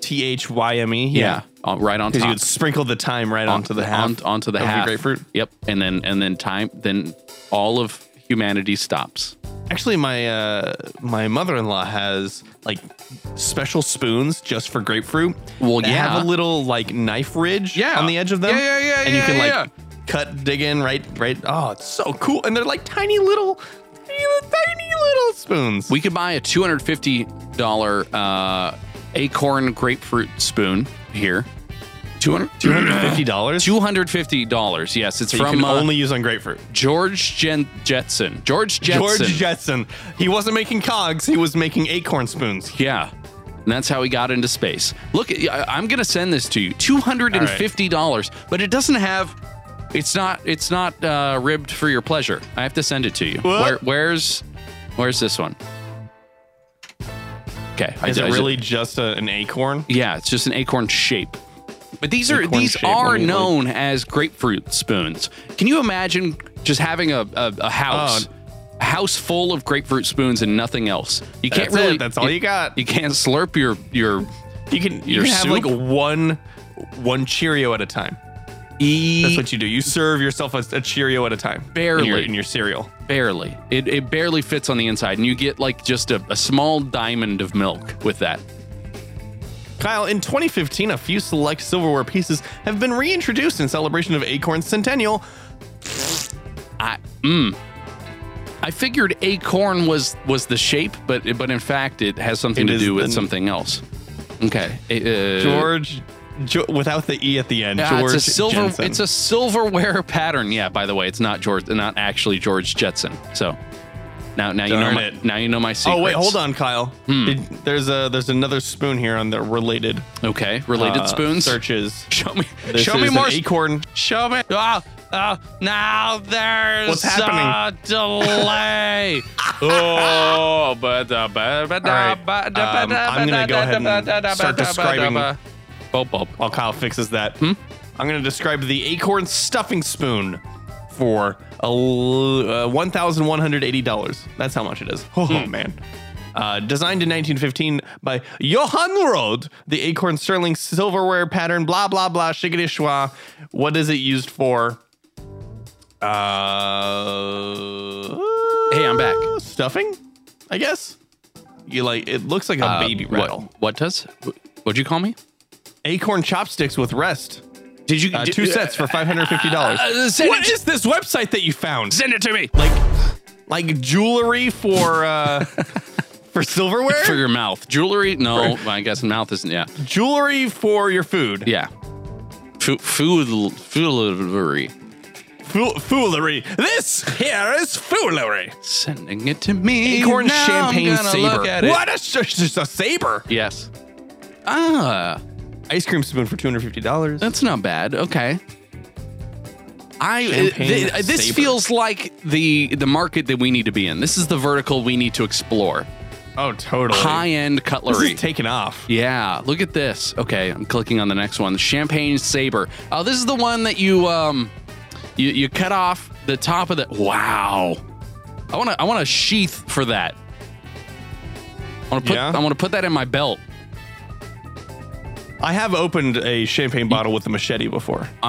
Speaker 4: T H Y M E.
Speaker 3: Uh, right on
Speaker 4: Because
Speaker 3: top.
Speaker 4: you would sprinkle the thyme right onto the half.
Speaker 3: on- onto the
Speaker 4: of your
Speaker 3: half.
Speaker 4: grapefruit.
Speaker 3: Yep. And then and then time then all of humanity stops.
Speaker 4: Actually, my uh, my mother in law has like special spoons just for grapefruit.
Speaker 3: Well,
Speaker 4: They
Speaker 3: yeah.
Speaker 4: have a little like knife ridge
Speaker 3: Yeah.
Speaker 4: on the edge of them.
Speaker 3: Yeah, yeah, yeah,
Speaker 4: And you
Speaker 3: yeah,
Speaker 4: can like
Speaker 3: yeah.
Speaker 4: cut, dig in, right, right. Oh, it's so cool. And they're like tiny little, tiny, little- tiny little spoons.
Speaker 3: We could buy a two hundred fifty dollar uh, acorn grapefruit spoon here. Two hundred.
Speaker 4: two hundred fifty dollars.
Speaker 3: Two hundred fifty dollars. Yes, it's
Speaker 4: You
Speaker 3: from
Speaker 4: can
Speaker 3: uh,
Speaker 4: only use on grapefruit.
Speaker 3: George Jen- Jetson. George Jetson.
Speaker 4: George Jetson. He wasn't making cogs. He was making acorn spoons.
Speaker 3: yeah, and that's how he got into space. Look, I- I'm gonna send this to you. Two hundred and fifty dollars, but it doesn't have. It's not. It's not uh, ribbed for your pleasure. I have to send it to you.
Speaker 4: What?
Speaker 3: Where, where's Where's this one? Okay. I-
Speaker 4: Is
Speaker 3: I-
Speaker 4: it really just a, an acorn?
Speaker 3: Yeah, it's just an acorn shape. But these are
Speaker 4: Acorn
Speaker 3: these
Speaker 4: shape,
Speaker 3: are
Speaker 4: let me-
Speaker 3: known as grapefruit spoons. Can you imagine just having a, a, a house
Speaker 4: Uh.
Speaker 3: a house full of grapefruit spoons and nothing else? You can't
Speaker 4: That's it.
Speaker 3: really
Speaker 4: That's all you got.
Speaker 3: You can't slurp your your
Speaker 4: You can you
Speaker 3: Your
Speaker 4: can have like
Speaker 3: soup?
Speaker 4: one one Cheerio at a time. That's
Speaker 3: e
Speaker 4: what you do. You serve yourself a, a Cheerio at a time.
Speaker 3: Barely.
Speaker 4: in your, in your cereal.
Speaker 3: barely. It, it barely fits on the inside and you get like just a, a small diamond of milk with that.
Speaker 4: Kyle, in 2015, a few select silverware pieces have been reintroduced in celebration of Acorn's centennial.
Speaker 3: I mm. I figured acorn was was the shape, but but in fact it has something
Speaker 4: It
Speaker 3: to
Speaker 4: is
Speaker 3: do with
Speaker 4: the-
Speaker 3: something else. Okay. Uh,
Speaker 4: George, jo- without the e at the end.
Speaker 3: Yeah,
Speaker 4: George
Speaker 3: Ah, it's a silver.
Speaker 4: Jensen.
Speaker 3: It's a silverware pattern. Yeah. By the way, it's not George. Not actually George Jetson. So now, now you know.
Speaker 4: Darn
Speaker 3: My,
Speaker 4: it.
Speaker 3: now you know my secret. Hmm.
Speaker 4: Oh wait, hold on, Kyle. Did, there's a there's another spoon here on the related
Speaker 3: Okay. Related
Speaker 4: uh,
Speaker 3: spoons.
Speaker 4: searches.
Speaker 3: Show me.
Speaker 4: This
Speaker 3: show me
Speaker 4: is
Speaker 3: more.
Speaker 4: an acorn.
Speaker 3: show me. Oh, oh, now there's
Speaker 4: What's happening?
Speaker 3: a delay. oh, but uh, but but
Speaker 4: All right, um, I'm gonna go ahead and start describing-
Speaker 3: Bob, Bob.
Speaker 4: while Kyle fixes that.
Speaker 3: Hmm?
Speaker 4: I'm going to describe the acorn stuffing spoon for a l- uh, $1,180. That's how much it is. Oh, man. Uh, designed in 1915 by Johann Rode, the acorn sterling silverware pattern, blah, blah, blah, shiggity schwa. What is it used for? Uh,
Speaker 3: Hey, I'm back.
Speaker 4: Stuffing, I guess. You like it looks like a
Speaker 3: Uh,
Speaker 4: baby
Speaker 3: what-
Speaker 4: rattle.
Speaker 3: What, does? What'd you call me?
Speaker 4: Acorn chopsticks with rest.
Speaker 3: Did you
Speaker 4: Uh, two sets for five hundred fifty dollars.
Speaker 3: uh, send it to-
Speaker 4: this website that you found?
Speaker 3: Send it to me.
Speaker 4: Like, like jewelry for uh, for silverware,
Speaker 3: for your mouth. Jewelry? No, I guess mouth isn't. Yeah,
Speaker 4: jewelry for your food,
Speaker 3: yeah. Food, food, foolery.
Speaker 4: Fool- foolery. This here is foolery.
Speaker 3: Sending it to me.
Speaker 4: Acorn
Speaker 3: Now
Speaker 4: champagne
Speaker 3: I'm gonna
Speaker 4: saber.
Speaker 3: Look at it.
Speaker 4: What? It's just, just a saber.
Speaker 3: Yes. Ah,
Speaker 4: Ice cream spoon for two hundred fifty dollars.
Speaker 3: that's not bad. Okay. I uh,
Speaker 4: Champagne
Speaker 3: th- uh, this
Speaker 4: saber.
Speaker 3: feels like the the market that we need to be in. This is the vertical we need to explore.
Speaker 4: Oh, totally.
Speaker 3: High end
Speaker 4: This
Speaker 3: cutlery.
Speaker 4: is taking off.
Speaker 3: Yeah, look at this. Okay, I'm clicking on the next one. Champagne saber. Oh, this is the one that you um you, you cut off the top of the Wow. I want to I want a sheath for that. I want to put
Speaker 4: Yeah?
Speaker 3: I want to put that in my belt.
Speaker 4: I have opened a champagne bottle with a machete before.
Speaker 3: Uh,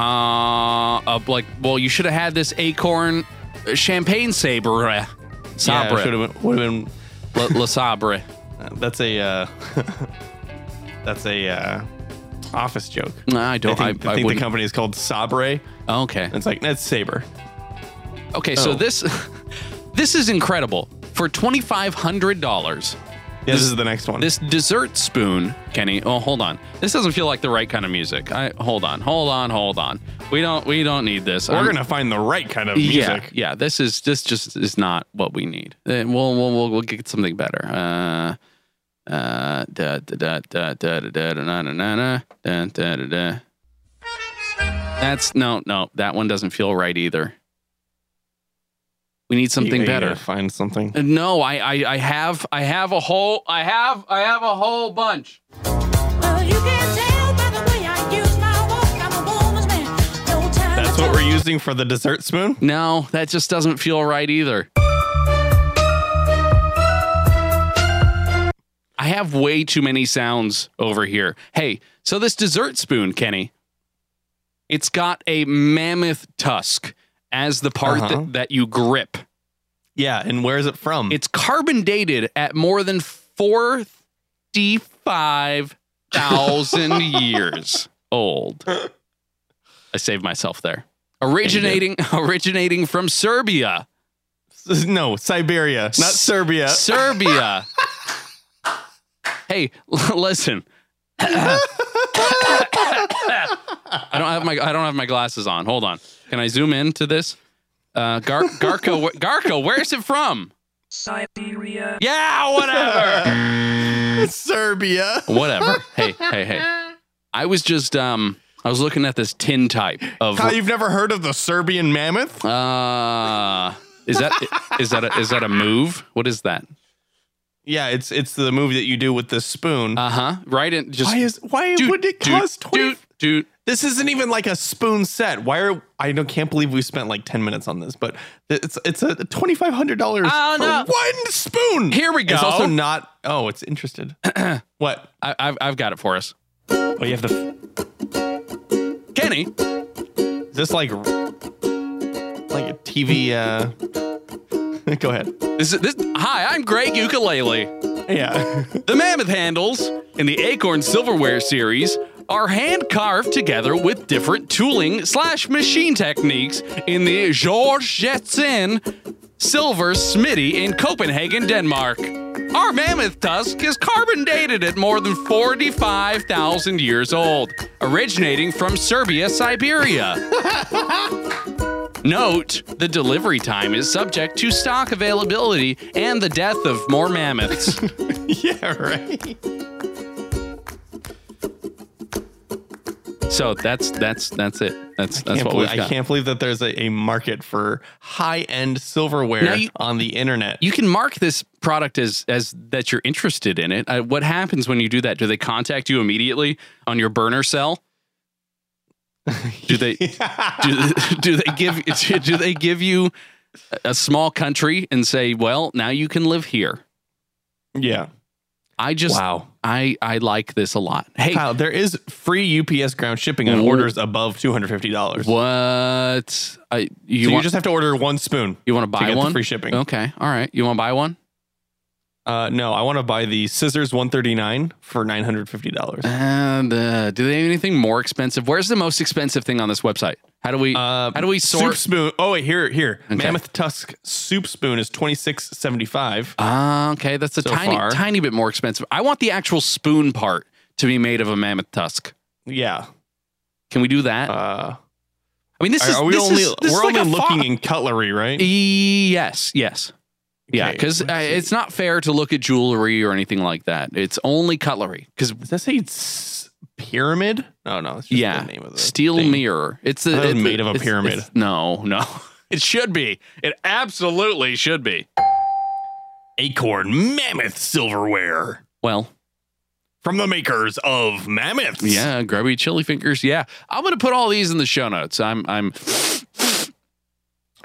Speaker 3: uh like well, you should have had this acorn champagne sabre.
Speaker 4: Yeah,
Speaker 3: Sabre.
Speaker 4: should have been. Would have been.
Speaker 3: La, la sabre.
Speaker 4: uh, that's a. Uh, that's a uh, office joke.
Speaker 3: No, I
Speaker 4: I
Speaker 3: don't. I,
Speaker 4: think, I
Speaker 3: I
Speaker 4: think the
Speaker 3: wouldn't-
Speaker 4: company is called Sabre.
Speaker 3: Okay.
Speaker 4: It's like that's Saber.
Speaker 3: Okay. So
Speaker 4: Oh.
Speaker 3: this this is incredible. For twenty five hundred dollars,
Speaker 4: Yeah, this, is the next one.
Speaker 3: this dessert spoon, Kenny. Oh, hold on. This doesn't feel like the right kind of music. I hold on, hold on, hold on. We don't we don't need this.
Speaker 4: We're
Speaker 3: I'm-
Speaker 4: gonna find the right kind of music.
Speaker 3: Yeah, yeah. This is this just is not what we need. Eh, We'll we'll we'll, we'll get something better. Uh, uh, da da da da da da da da da da da da da da da. That's no no. That one doesn't feel right either. We need something
Speaker 4: You gotta
Speaker 3: better.
Speaker 4: Find something.
Speaker 3: Uh, No, I, I I have I have a whole I have I have a whole bunch.
Speaker 7: Well, you can tell by the way I use my walk. I'm a woman's man. No time
Speaker 4: That's
Speaker 7: to
Speaker 4: what
Speaker 7: talk.
Speaker 4: we're using for the dessert spoon.
Speaker 3: No, that just doesn't feel right either. I have way too many sounds over here. Hey, so this dessert spoon, Kenny, it's got a mammoth tusk as the part
Speaker 4: Uh-huh.
Speaker 3: that, that you grip.
Speaker 4: Yeah, and where is it from?
Speaker 3: It's carbon dated at more than 45,000 years old. I saved myself there. Originating originating from Serbia.
Speaker 4: no Siberia, not
Speaker 3: S-
Speaker 4: Serbia.
Speaker 3: Serbia. hey, l- listen. I don't have my I don't have my glasses on. Hold on. Can I zoom in to this? Uh, Gar- Garco, wh- Garco, where's it from?
Speaker 2: Siberia.
Speaker 3: Yeah, whatever.
Speaker 4: Serbia.
Speaker 3: whatever. Hey, hey, hey. I was just um I was looking at this tin type of
Speaker 4: Kyle, you've never heard of the Serbian mammoth?
Speaker 3: uh is that is that a, is that a move? What is that?
Speaker 4: Yeah, it's it's the move that you do with the spoon.
Speaker 3: Uh-huh. Right in just
Speaker 4: why is why
Speaker 3: Dude,
Speaker 4: would it
Speaker 3: dude,
Speaker 4: cost twenty?
Speaker 3: dude, dude.
Speaker 4: This isn't even like a spoon set. Why are I don't, can't believe we spent like ten minutes on this, but it's it's a twenty five hundred dollars
Speaker 3: Oh,
Speaker 4: for
Speaker 3: no.
Speaker 4: one spoon.
Speaker 3: Here we
Speaker 4: It's
Speaker 3: go.
Speaker 4: also not. Oh, it's interested. what?
Speaker 3: I, I've, I've got it for us.
Speaker 4: Oh, you have the.
Speaker 3: Kenny,
Speaker 4: Is this like like a TV? Uh... go ahead.
Speaker 3: this is this. Hi, I'm Greg Ukulele.
Speaker 4: Yeah.
Speaker 3: The mammoth handles in the Acorn Silverware series are hand carved together with different tooling slash machine techniques in the George Jetson Silver Smitty in Copenhagen, Denmark. Our mammoth tusk is carbon dated at more than 45,000 years old, originating from Serbia, Siberia. Note the delivery time is subject to stock availability and the death of more mammoths.
Speaker 4: yeah. Right.
Speaker 3: so that's that's that's it. That's that's
Speaker 4: Can't
Speaker 3: what we've
Speaker 4: believe- I
Speaker 3: got.
Speaker 4: can't believe that there's a, a market for high end silverware
Speaker 3: Now you-
Speaker 4: on the internet.
Speaker 3: You can mark this product as as that you're interested in it. Uh, what happens when you do that? Do they contact you immediately on your burner cell? Do they do, do they give do they give you a small country and say, "Well, now you can live here."
Speaker 4: yeah.
Speaker 3: I just
Speaker 4: Wow.
Speaker 3: I I like this a lot. Hey,
Speaker 4: Kyle, there is free UPS ground shipping on
Speaker 3: Wh-
Speaker 4: orders above $250.
Speaker 3: What? I you
Speaker 4: so you
Speaker 3: want
Speaker 4: just have to order one spoon.
Speaker 3: you want to
Speaker 4: to
Speaker 3: buy
Speaker 4: get the
Speaker 3: one?
Speaker 4: free shipping.
Speaker 3: Okay, all right. You want to buy one?
Speaker 4: Uh, no, I want to buy the scissors 139 for $950.
Speaker 3: And uh, do they have anything more expensive? Where's the most expensive thing on this website? How do we
Speaker 4: Uh,
Speaker 3: how do we
Speaker 4: Soup
Speaker 3: sort?
Speaker 4: spoon. Oh wait, here, here.
Speaker 3: Okay.
Speaker 4: Mammoth tusk soup spoon is twenty six seventy five.
Speaker 3: Ah, okay, that's a
Speaker 4: So
Speaker 3: tiny
Speaker 4: far.
Speaker 3: tiny bit more expensive. I want the actual spoon part to be made of a mammoth tusk.
Speaker 4: Yeah.
Speaker 3: Can we do that?
Speaker 4: Uh,
Speaker 3: I mean, this
Speaker 4: are,
Speaker 3: is
Speaker 4: are we
Speaker 3: this
Speaker 4: only?
Speaker 3: is- this is
Speaker 4: we're
Speaker 3: like
Speaker 4: only
Speaker 3: a E- fa-
Speaker 4: looking in cutlery, right?
Speaker 3: Yes, yes. Yeah,
Speaker 4: Okay,
Speaker 3: because
Speaker 4: let's
Speaker 3: uh,
Speaker 4: see.
Speaker 3: it's not fair to look at jewelry or anything like that. It's only cutlery. Because
Speaker 4: Does that say s- pyramid? Oh no, it's just
Speaker 3: yeah,
Speaker 4: the name of the
Speaker 3: steel
Speaker 4: thing.
Speaker 3: mirror. It's a,
Speaker 4: thought it was
Speaker 3: it's
Speaker 4: made of a
Speaker 3: it's-
Speaker 4: pyramid.
Speaker 3: it's- no, no, it should be. It absolutely should be.
Speaker 4: Acorn mammoth silverware
Speaker 3: Well,
Speaker 4: from the makers of mammoths.
Speaker 3: yeah, grubby chili fingers. Yeah, I'm gonna put all these in the show notes. I'm, I'm.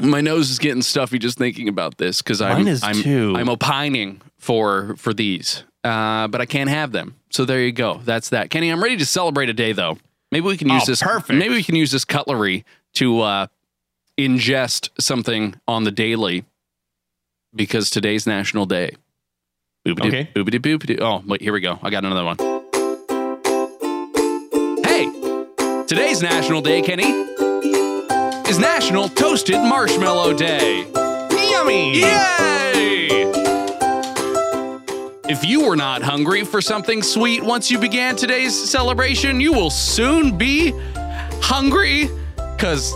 Speaker 3: My nose is getting stuffy just thinking about this because I'm,
Speaker 4: Mine is
Speaker 3: I'm,
Speaker 4: too.
Speaker 3: I'm opining for for these, uh, but I can't have them. So there you go. That's that, Kenny. I'm ready to celebrate a day though. Maybe we can use
Speaker 4: Oh,
Speaker 3: this.
Speaker 4: perfect.
Speaker 3: Maybe we can use this cutlery to uh, ingest something on the daily because today's National Day. Boopity,
Speaker 4: Okay.
Speaker 3: Boopity boopity. Oh, wait, here we go. I got another one. Hey, today's National Day, Kenny, is National Toasted Marshmallow Day.
Speaker 4: Yummy!
Speaker 3: Yay! If you were not hungry for something sweet once you began today's celebration, you will soon be hungry because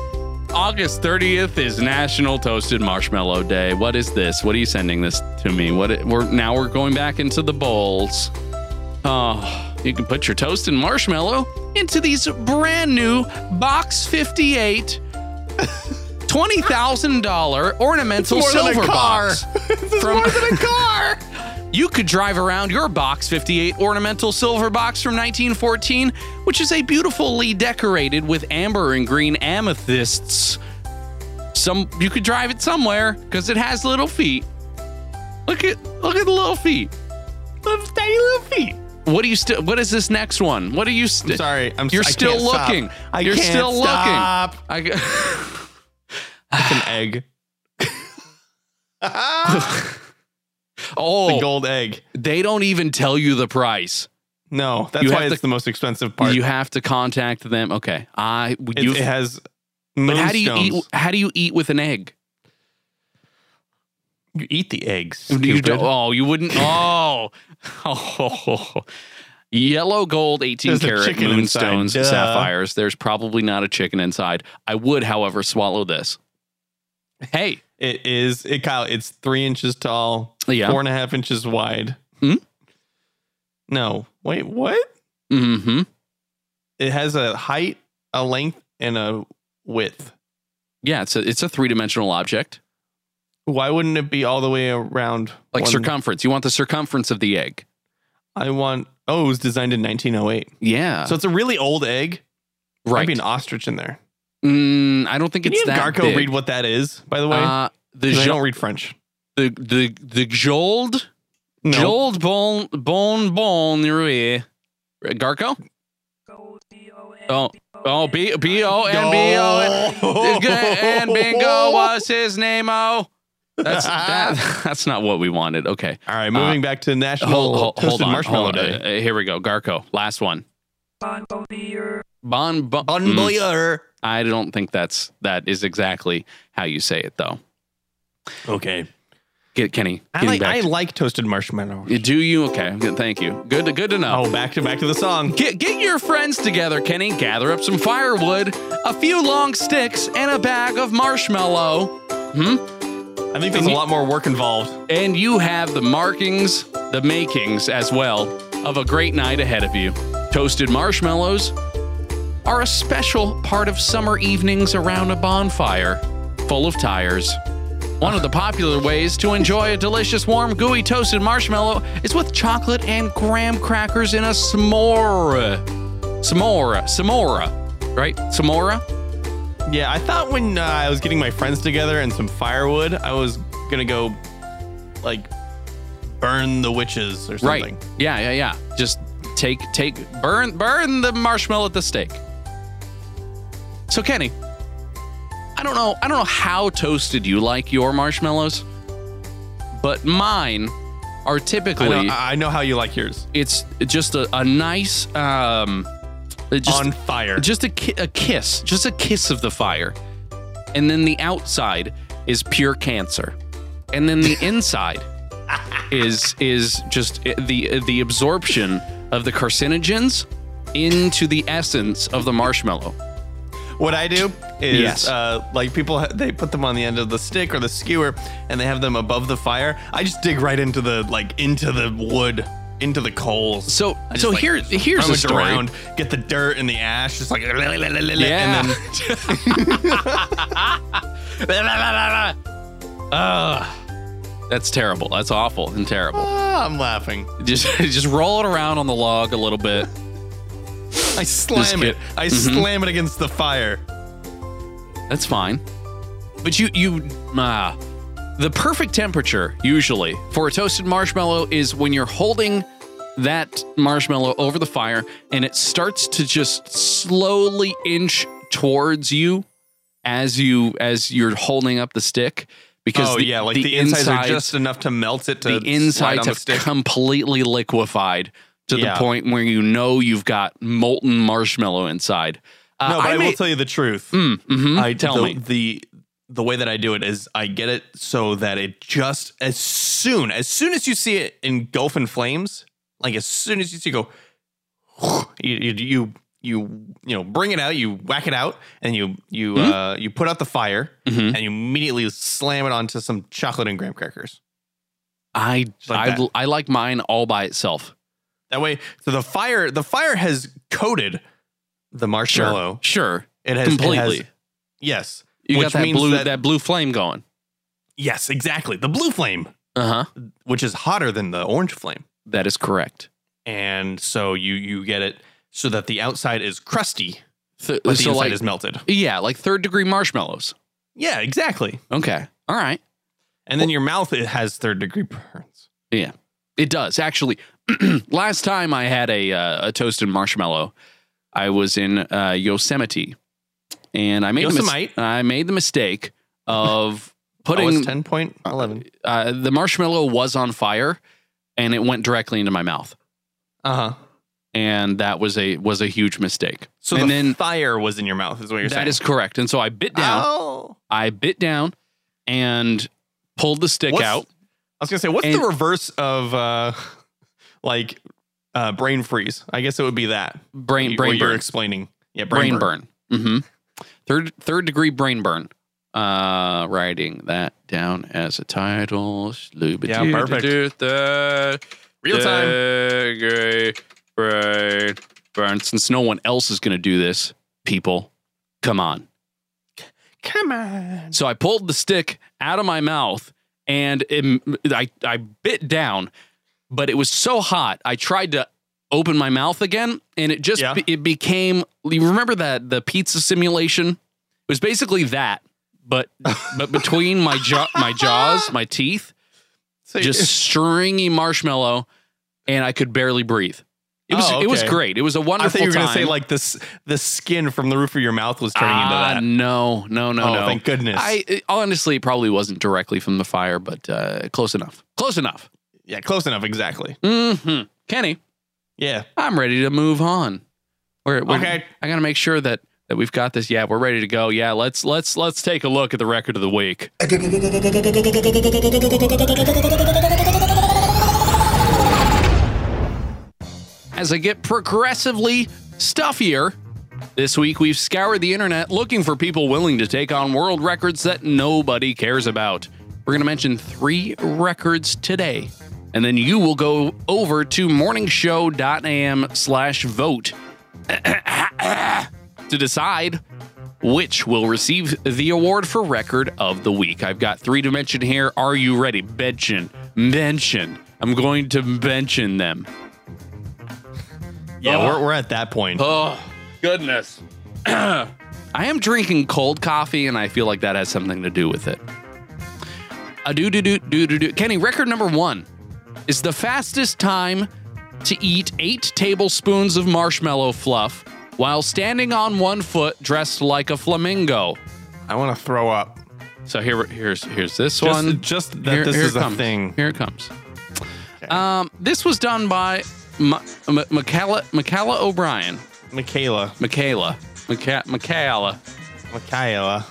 Speaker 3: August 30th is National Toasted Marshmallow Day. What is this? What are you sending this to me? What it, we're now we're going back into the bowls. Oh, you can put your toast and marshmallow into these brand new box 58 $20,000 ornamental
Speaker 4: More than a
Speaker 3: silver
Speaker 4: car.
Speaker 3: box.
Speaker 4: This is
Speaker 3: From-
Speaker 4: more than a car.
Speaker 3: You could drive around your box 58 ornamental silver box from 1914, which is a beautifully decorated with amber and green amethysts. Some you could drive it somewhere because it has little feet. Look at look at the little feet. Little tiny little feet. What do you still? What is this next one? What are you? St-
Speaker 4: I'm sorry. I'm s-
Speaker 3: You're
Speaker 4: I
Speaker 3: still
Speaker 4: can't stop.
Speaker 3: looking.
Speaker 4: I
Speaker 3: You're
Speaker 4: can't
Speaker 3: still
Speaker 4: stop.
Speaker 3: looking. I, g-
Speaker 4: It's an egg.
Speaker 3: oh,
Speaker 4: the gold egg.
Speaker 3: they don't even tell you the price.
Speaker 4: No, that's
Speaker 3: You have
Speaker 4: why it's
Speaker 3: to-
Speaker 4: the most expensive part.
Speaker 3: You have to contact them. Okay, I
Speaker 4: it,
Speaker 3: you.
Speaker 4: it has
Speaker 3: But
Speaker 4: moonstones.
Speaker 3: how do you eat? How do you eat with an egg?
Speaker 4: You eat the eggs.
Speaker 3: You
Speaker 4: stupid.
Speaker 3: don't- oh, you wouldn't. Oh, oh. Yellow gold, eighteen
Speaker 4: There's a
Speaker 3: karat
Speaker 4: chicken inside,
Speaker 3: moonstones,
Speaker 4: duh.
Speaker 3: sapphires. There's probably not a chicken inside. I would, however, swallow this. Hey,
Speaker 4: It is it Kyle, it's three inches tall,
Speaker 3: Yeah.
Speaker 4: four and a half inches wide.
Speaker 3: Hmm?
Speaker 4: No. Wait, what?
Speaker 3: mm-hmm.
Speaker 4: It has a height, a length, and a width.
Speaker 3: Yeah, it's a it's a three dimensional object,
Speaker 4: Why wouldn't it be all the way around?
Speaker 3: like
Speaker 4: one-
Speaker 3: circumference. You want the circumference of the egg.
Speaker 4: I want oh, it was designed in nineteen oh eight.
Speaker 3: Yeah,
Speaker 4: So it's a really old egg.
Speaker 3: right.
Speaker 4: Might be an ostrich in there.
Speaker 3: Mm, I don't think
Speaker 4: Can
Speaker 3: it's
Speaker 4: you have
Speaker 3: that
Speaker 4: Garco
Speaker 3: big.
Speaker 4: read what that is, by the way?
Speaker 3: uh, the
Speaker 4: 'Cause I don't
Speaker 3: jo-
Speaker 4: read French.
Speaker 3: the the the jold. Jold Bon Bon Bon Rui. Garco? Oh, oh, B B O N B O N- and Bingo was his name. Oh, that's that, that's not what we wanted. Okay,
Speaker 4: All right, moving
Speaker 3: Uh,
Speaker 4: back to National
Speaker 3: hold hold, hold
Speaker 4: Toasted
Speaker 3: on.
Speaker 4: Marshmallow
Speaker 3: Hold on.
Speaker 4: Day.
Speaker 3: Uh, here we go. Garco, last one. Bon Bon.
Speaker 4: Bon
Speaker 3: Mm,
Speaker 4: voyeur.
Speaker 3: I don't think that's that is exactly how you say it though.
Speaker 4: Okay.
Speaker 3: Get Kenny.
Speaker 4: I
Speaker 3: getting
Speaker 4: like
Speaker 3: back
Speaker 4: I like toasted marshmallow.
Speaker 3: to- Do you okay? Good, thank you. Good to good to know.
Speaker 4: Oh, back to back to the song.
Speaker 3: Get, get your friends together, Kenny. Gather up some firewood, a few long sticks, and a bag of marshmallow.
Speaker 4: I think there's a lot more work involved.
Speaker 3: And you have the markings, the makings as well, of a great night ahead of you. Toasted marshmallows are a special part of summer evenings around a bonfire full of tires. One of the popular ways to enjoy a delicious, warm, gooey toasted marshmallow is with chocolate and graham crackers in a s'more. S'more. S'mora. Right? S'mora?
Speaker 4: Yeah, I thought when uh, I was getting my friends together and some firewood, I was gonna go like burn the witches or something.
Speaker 3: Right. Yeah, yeah, yeah. Just take take burn burn the marshmallow at the stake. So Kenny, I don't know, I don't know how toasted you like your marshmallows, but mine are
Speaker 4: I
Speaker 3: typically
Speaker 4: know, I I know how you like yours.
Speaker 3: it's just a, a nice um it just,
Speaker 4: On fire.
Speaker 3: just a, ki- a kiss, just a kiss of the fire. And then the outside is pure cancer. And then the inside is is just i- the eh, the absorption of the carcinogens into the essence of the marshmallow.
Speaker 4: What I do is
Speaker 3: Yes.
Speaker 4: uh, like people ha- they put them on the end of the stick or the skewer and they have them above the fire. I just dig right into the like into the wood, into the coals.
Speaker 3: So
Speaker 4: I just,
Speaker 3: so
Speaker 4: like,
Speaker 3: here here's a
Speaker 4: rummage
Speaker 3: story.
Speaker 4: around, get the dirt and the ash, just like
Speaker 3: Yeah.
Speaker 4: and then
Speaker 3: Ugh. that's terrible. That's awful and terrible.
Speaker 4: Ah, I'm laughing.
Speaker 3: Just just roll it around on the log a little bit.
Speaker 4: I slam
Speaker 3: get-
Speaker 4: it. I
Speaker 3: Mm-hmm.
Speaker 4: slam it against the fire.
Speaker 3: That's fine. But you you ah, the perfect temperature usually for a toasted marshmallow is when you're holding that marshmallow over the fire and it starts to just slowly inch towards you as you as you're holding up the stick because
Speaker 4: oh
Speaker 3: the,
Speaker 4: yeah, like
Speaker 3: the,
Speaker 4: the, insides,
Speaker 3: insides
Speaker 4: are just enough to melt it to
Speaker 3: the
Speaker 4: slide
Speaker 3: insides
Speaker 4: on the
Speaker 3: have
Speaker 4: stick.
Speaker 3: completely liquefied to
Speaker 4: Yeah.
Speaker 3: the point where you know you've got molten marshmallow inside. Uh,
Speaker 4: no, but I, will
Speaker 3: made-
Speaker 4: tell you the truth.
Speaker 3: Mm, mhm.
Speaker 4: I
Speaker 3: tell
Speaker 4: the,
Speaker 3: me.
Speaker 4: the the way that I do it is I get it so that it just as soon as soon as you see it engulf in flames, like as soon as you see it go, you you you you, you know bring it out, you whack it out, and you you
Speaker 3: Hmm?
Speaker 4: uh, you put out the fire,
Speaker 3: Mhm.
Speaker 4: and you immediately slam it onto some chocolate and graham crackers.
Speaker 3: I
Speaker 4: like
Speaker 3: I,
Speaker 4: that.
Speaker 3: I like mine all by itself.
Speaker 4: That way, so the fire the fire has coated the marshmallow.
Speaker 3: Sure.
Speaker 4: It has it has-
Speaker 3: Completely.
Speaker 4: yes,
Speaker 3: You
Speaker 4: which
Speaker 3: got that
Speaker 4: means
Speaker 3: blue
Speaker 4: that-
Speaker 3: that, blue flame going.
Speaker 4: yes, exactly. The blue flame.
Speaker 3: Uh huh.
Speaker 4: which is hotter than the orange flame.
Speaker 3: That is correct.
Speaker 4: And so you you get it so that the outside is crusty,
Speaker 3: Th-
Speaker 4: but the
Speaker 3: so
Speaker 4: inside
Speaker 3: like
Speaker 4: is melted.
Speaker 3: yeah, like third degree marshmallows.
Speaker 4: Yeah, exactly.
Speaker 3: Okay. All right.
Speaker 4: And then your mouth it has third degree burns.
Speaker 3: Yeah, it does actually. last time I had a uh, a toasted marshmallow, I was in uh, Yosemite, and I made the mis-
Speaker 4: Yosemite?
Speaker 3: I made the mistake of
Speaker 4: But oh,
Speaker 3: putting
Speaker 4: it's ten point eleven.
Speaker 3: uh, the marshmallow was on fire, and it went directly into my mouth, uh-huh.
Speaker 4: Uh huh.
Speaker 3: and that was a was a huge mistake.
Speaker 4: So
Speaker 3: and
Speaker 4: the
Speaker 3: then
Speaker 4: fire was in your mouth, is what you're
Speaker 3: that
Speaker 4: saying.
Speaker 3: is correct, and so I bit down.
Speaker 4: Oh.
Speaker 3: I bit down and pulled the stick
Speaker 4: What's-
Speaker 3: out.
Speaker 4: I was gonna say, what's
Speaker 3: And-
Speaker 4: the reverse of uh like uh brain freeze? I guess it would be that.
Speaker 3: Brain
Speaker 4: You-
Speaker 3: brain
Speaker 4: what you're
Speaker 3: burn.
Speaker 4: explaining. Yeah,
Speaker 3: brain, burn. Mm-hmm. Third third degree brain burn. Uh, writing that down as a title.
Speaker 4: Yeah, perfect. Real time.
Speaker 3: Brain burn. Since no one else is going to do this, people, come on.
Speaker 4: Come on.
Speaker 3: So I pulled the stick out of my mouth and it, I I bit down, but it was so hot. I tried to open my mouth again, and it just
Speaker 4: Yeah.
Speaker 3: it became. You remember that the pizza simulation? It was basically that, but but between my jaw, my jaws, my teeth,
Speaker 4: So
Speaker 3: just stringy marshmallow, and I could barely breathe. It was
Speaker 4: Oh,
Speaker 3: it was
Speaker 4: okay.
Speaker 3: great. It was a
Speaker 4: I
Speaker 3: wonderful
Speaker 4: thought you were
Speaker 3: time.
Speaker 4: gonna say like this the skin from the roof of your mouth was turning
Speaker 3: Ah,
Speaker 4: into that.
Speaker 3: no, no, no,
Speaker 4: oh,
Speaker 3: no.
Speaker 4: thank goodness.
Speaker 3: I it- honestly it probably wasn't directly from the fire, but uh, close enough. Close enough.
Speaker 4: yeah, close enough, exactly.
Speaker 3: hmm Kenny,
Speaker 4: Yeah.
Speaker 3: I'm ready to move on. We're, we're-
Speaker 4: Okay.
Speaker 3: I gotta make sure that that we've got this. Yeah, we're ready to go. Yeah, let's let's let's take a look at the record of the week. As I get progressively stuffier, this week we've scoured the internet looking for people willing to take on world records that nobody cares about. We're going to mention three records today, and then you will go over to morningshow.am slash vote to decide which will receive the award for record of the week. I've got three to mention here. Are you ready? Mention, mention. I'm going to mention them.
Speaker 4: Yeah,
Speaker 3: Oh.
Speaker 4: we're, we're at that point.
Speaker 3: Oh, goodness. I am drinking cold coffee, and I feel like that has something to do with it. A do do do do do do. Kenny, record number one is the fastest time to eat eight tablespoons of marshmallow fluff while standing on one foot, dressed like a flamingo.
Speaker 4: I want to throw up.
Speaker 3: So here, here's here's this
Speaker 4: Just,
Speaker 3: one.
Speaker 4: just that
Speaker 3: Here-
Speaker 4: this
Speaker 3: here
Speaker 4: is
Speaker 3: it
Speaker 4: a
Speaker 3: comes.
Speaker 4: thing.
Speaker 3: Here it comes. Um, this was done by Ma- Ma- Michaela Michaela O'Brien.
Speaker 4: Michaela.
Speaker 3: Michaela. Mica- Michaela.
Speaker 4: Michaela.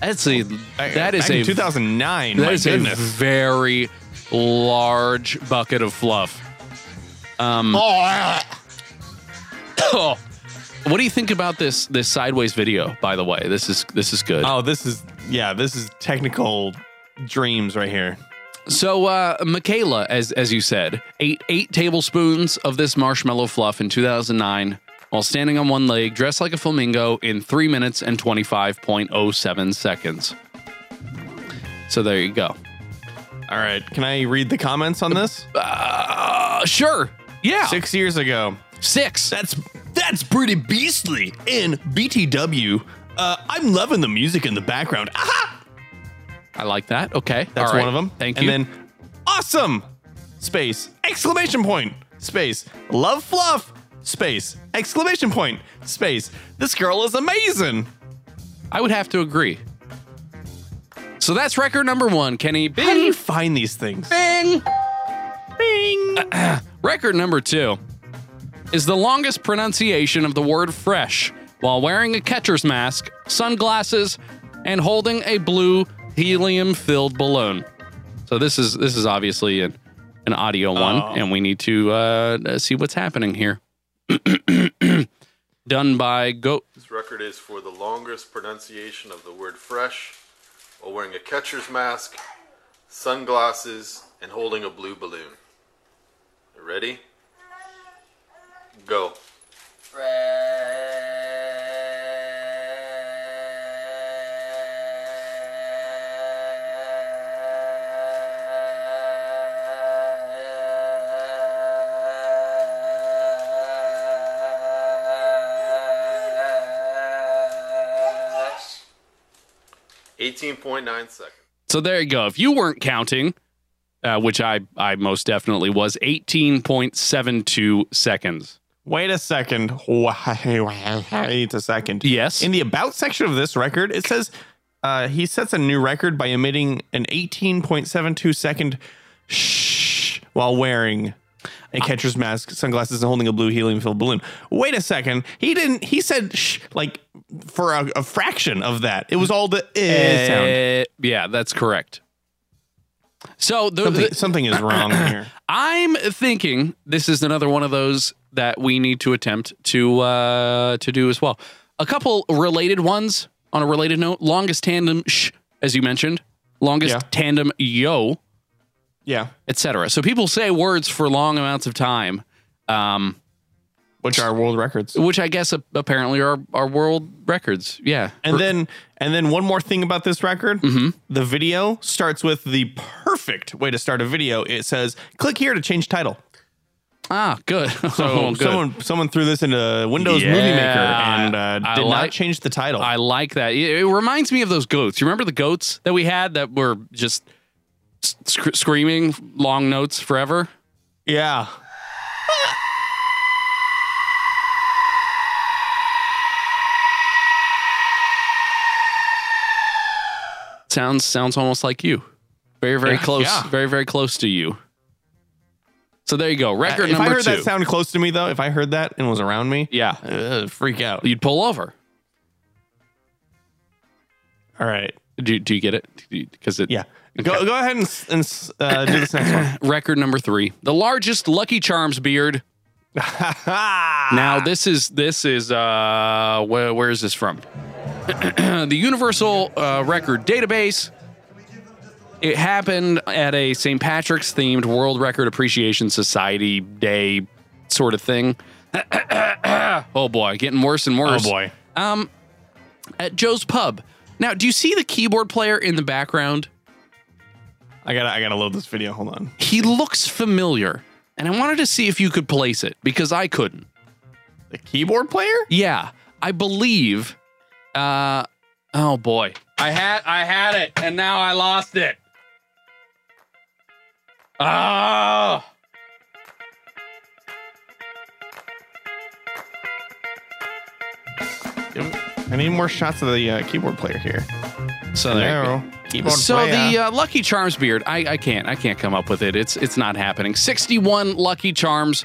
Speaker 3: That's a that is
Speaker 4: Back in
Speaker 3: a
Speaker 4: 2009.
Speaker 3: that
Speaker 4: my
Speaker 3: is a
Speaker 4: goodness.
Speaker 3: very large bucket of fluff. Um, what do you think about this this sideways video? By the way, this is this is good.
Speaker 4: oh, this is, yeah, this is technical dreams right here.
Speaker 3: So, uh, Michaela, as as you said, ate eight tablespoons of this marshmallow fluff in 2009 while standing on one leg, dressed like a flamingo, in three minutes and 25.07 seconds. So there you go.
Speaker 4: All right. Can I read the comments on this?
Speaker 3: Ah. Uh, sure. Yeah.
Speaker 4: Six years ago.
Speaker 3: Six.
Speaker 4: That's that's pretty beastly. In BTW, uh, I'm loving the music in the background. Aha!
Speaker 3: I like that. Okay.
Speaker 4: That's
Speaker 3: All right.
Speaker 4: one of them.
Speaker 3: Thank
Speaker 4: and
Speaker 3: you.
Speaker 4: And then awesome space exclamation point space love fluff space exclamation point space this girl is amazing.
Speaker 3: I would have to agree. So that's record number one, Kenny. Bing,
Speaker 4: How do you find these things?
Speaker 3: bing, bing. record number two is the longest pronunciation of the word fresh while wearing a catcher's mask, sunglasses, and holding a blue helium-filled balloon. So this is this is obviously an, an audio one, and we need to uh, see what's happening here. Done by Go.
Speaker 8: This record is for the longest pronunciation of the word fresh while wearing a catcher's mask, sunglasses, and holding a blue balloon. Ready? Go. Eighteen point nine seconds.
Speaker 3: So there you go. If you weren't counting, uh, which I I most definitely was, eighteen point seven two seconds.
Speaker 4: Wait a second. Wait a second.
Speaker 3: Yes.
Speaker 4: In the about section of this record, it says uh, he sets a new record by emitting an 18.72 second shh while wearing a catcher's mask, sunglasses, and holding a blue helium filled balloon. Wait a second. He didn't. He said shh like for a, a fraction of that. It was all the eh sound.
Speaker 3: Uh, yeah, that's correct. So the,
Speaker 4: Something,
Speaker 3: the-
Speaker 4: something is wrong here.
Speaker 3: I'm thinking this is another one of those that we need to attempt to uh, to do as well. A couple related ones on a related note. Longest tandem shh, as you mentioned. Longest
Speaker 4: Yeah.
Speaker 3: tandem yo.
Speaker 4: Yeah.
Speaker 3: etc. So people say words for long amounts of time, um,
Speaker 4: Which are world records.
Speaker 3: which I guess ap- apparently are are world records. Yeah,
Speaker 4: And then and then one more thing about this record.
Speaker 3: Mm-hmm.
Speaker 4: The video starts with the perfect way to start a video. It says, click here to change title.
Speaker 3: ah, good.
Speaker 4: So
Speaker 3: Oh, good.
Speaker 4: someone someone threw this into Windows
Speaker 3: Yeah.
Speaker 4: Movie Maker and uh,
Speaker 3: I
Speaker 4: did
Speaker 3: like-
Speaker 4: not change the title.
Speaker 3: I like that. It, it reminds me of those goats. You remember the goats that we had that were just sc- screaming long notes forever.
Speaker 4: yeah.
Speaker 3: Sounds sounds almost like you. Very very
Speaker 4: Yeah,
Speaker 3: close.
Speaker 4: yeah.
Speaker 3: Very very close to you. So there you go. Record
Speaker 4: if I
Speaker 3: number
Speaker 4: heard
Speaker 3: two.
Speaker 4: that sound close to me though, if I heard that and was around me,
Speaker 3: yeah,
Speaker 4: uh, freak out.
Speaker 3: you'd pull over.
Speaker 4: All right.
Speaker 3: Do, do you get it? Because it
Speaker 4: Yeah. Go go ahead and, s- and s- uh, do this next one.
Speaker 3: record number three the largest lucky charms beard now this is this is uh where, where is this from the universal uh, record database it happened at a st patrick's themed world record appreciation society day sort of thing oh boy getting worse and
Speaker 4: Oh
Speaker 3: worse
Speaker 4: boy.
Speaker 3: at joe's pub now do you see the keyboard player in the background
Speaker 4: I gotta I gotta load this video. Hold on.
Speaker 3: he looks familiar and i wanted to see if you could place it because i couldn't
Speaker 4: The keyboard player?
Speaker 3: Yeah, I believe. Uh, oh boy, I had I had it, and now I lost it. Ah.
Speaker 4: I need more shots of the uh, keyboard player here.
Speaker 3: So there. you go.
Speaker 4: Keyboard
Speaker 3: So
Speaker 4: player.
Speaker 3: the uh, Lucky Charms beard, I, I can't I can't come up with it. It's it's not happening. Sixty one Lucky Charms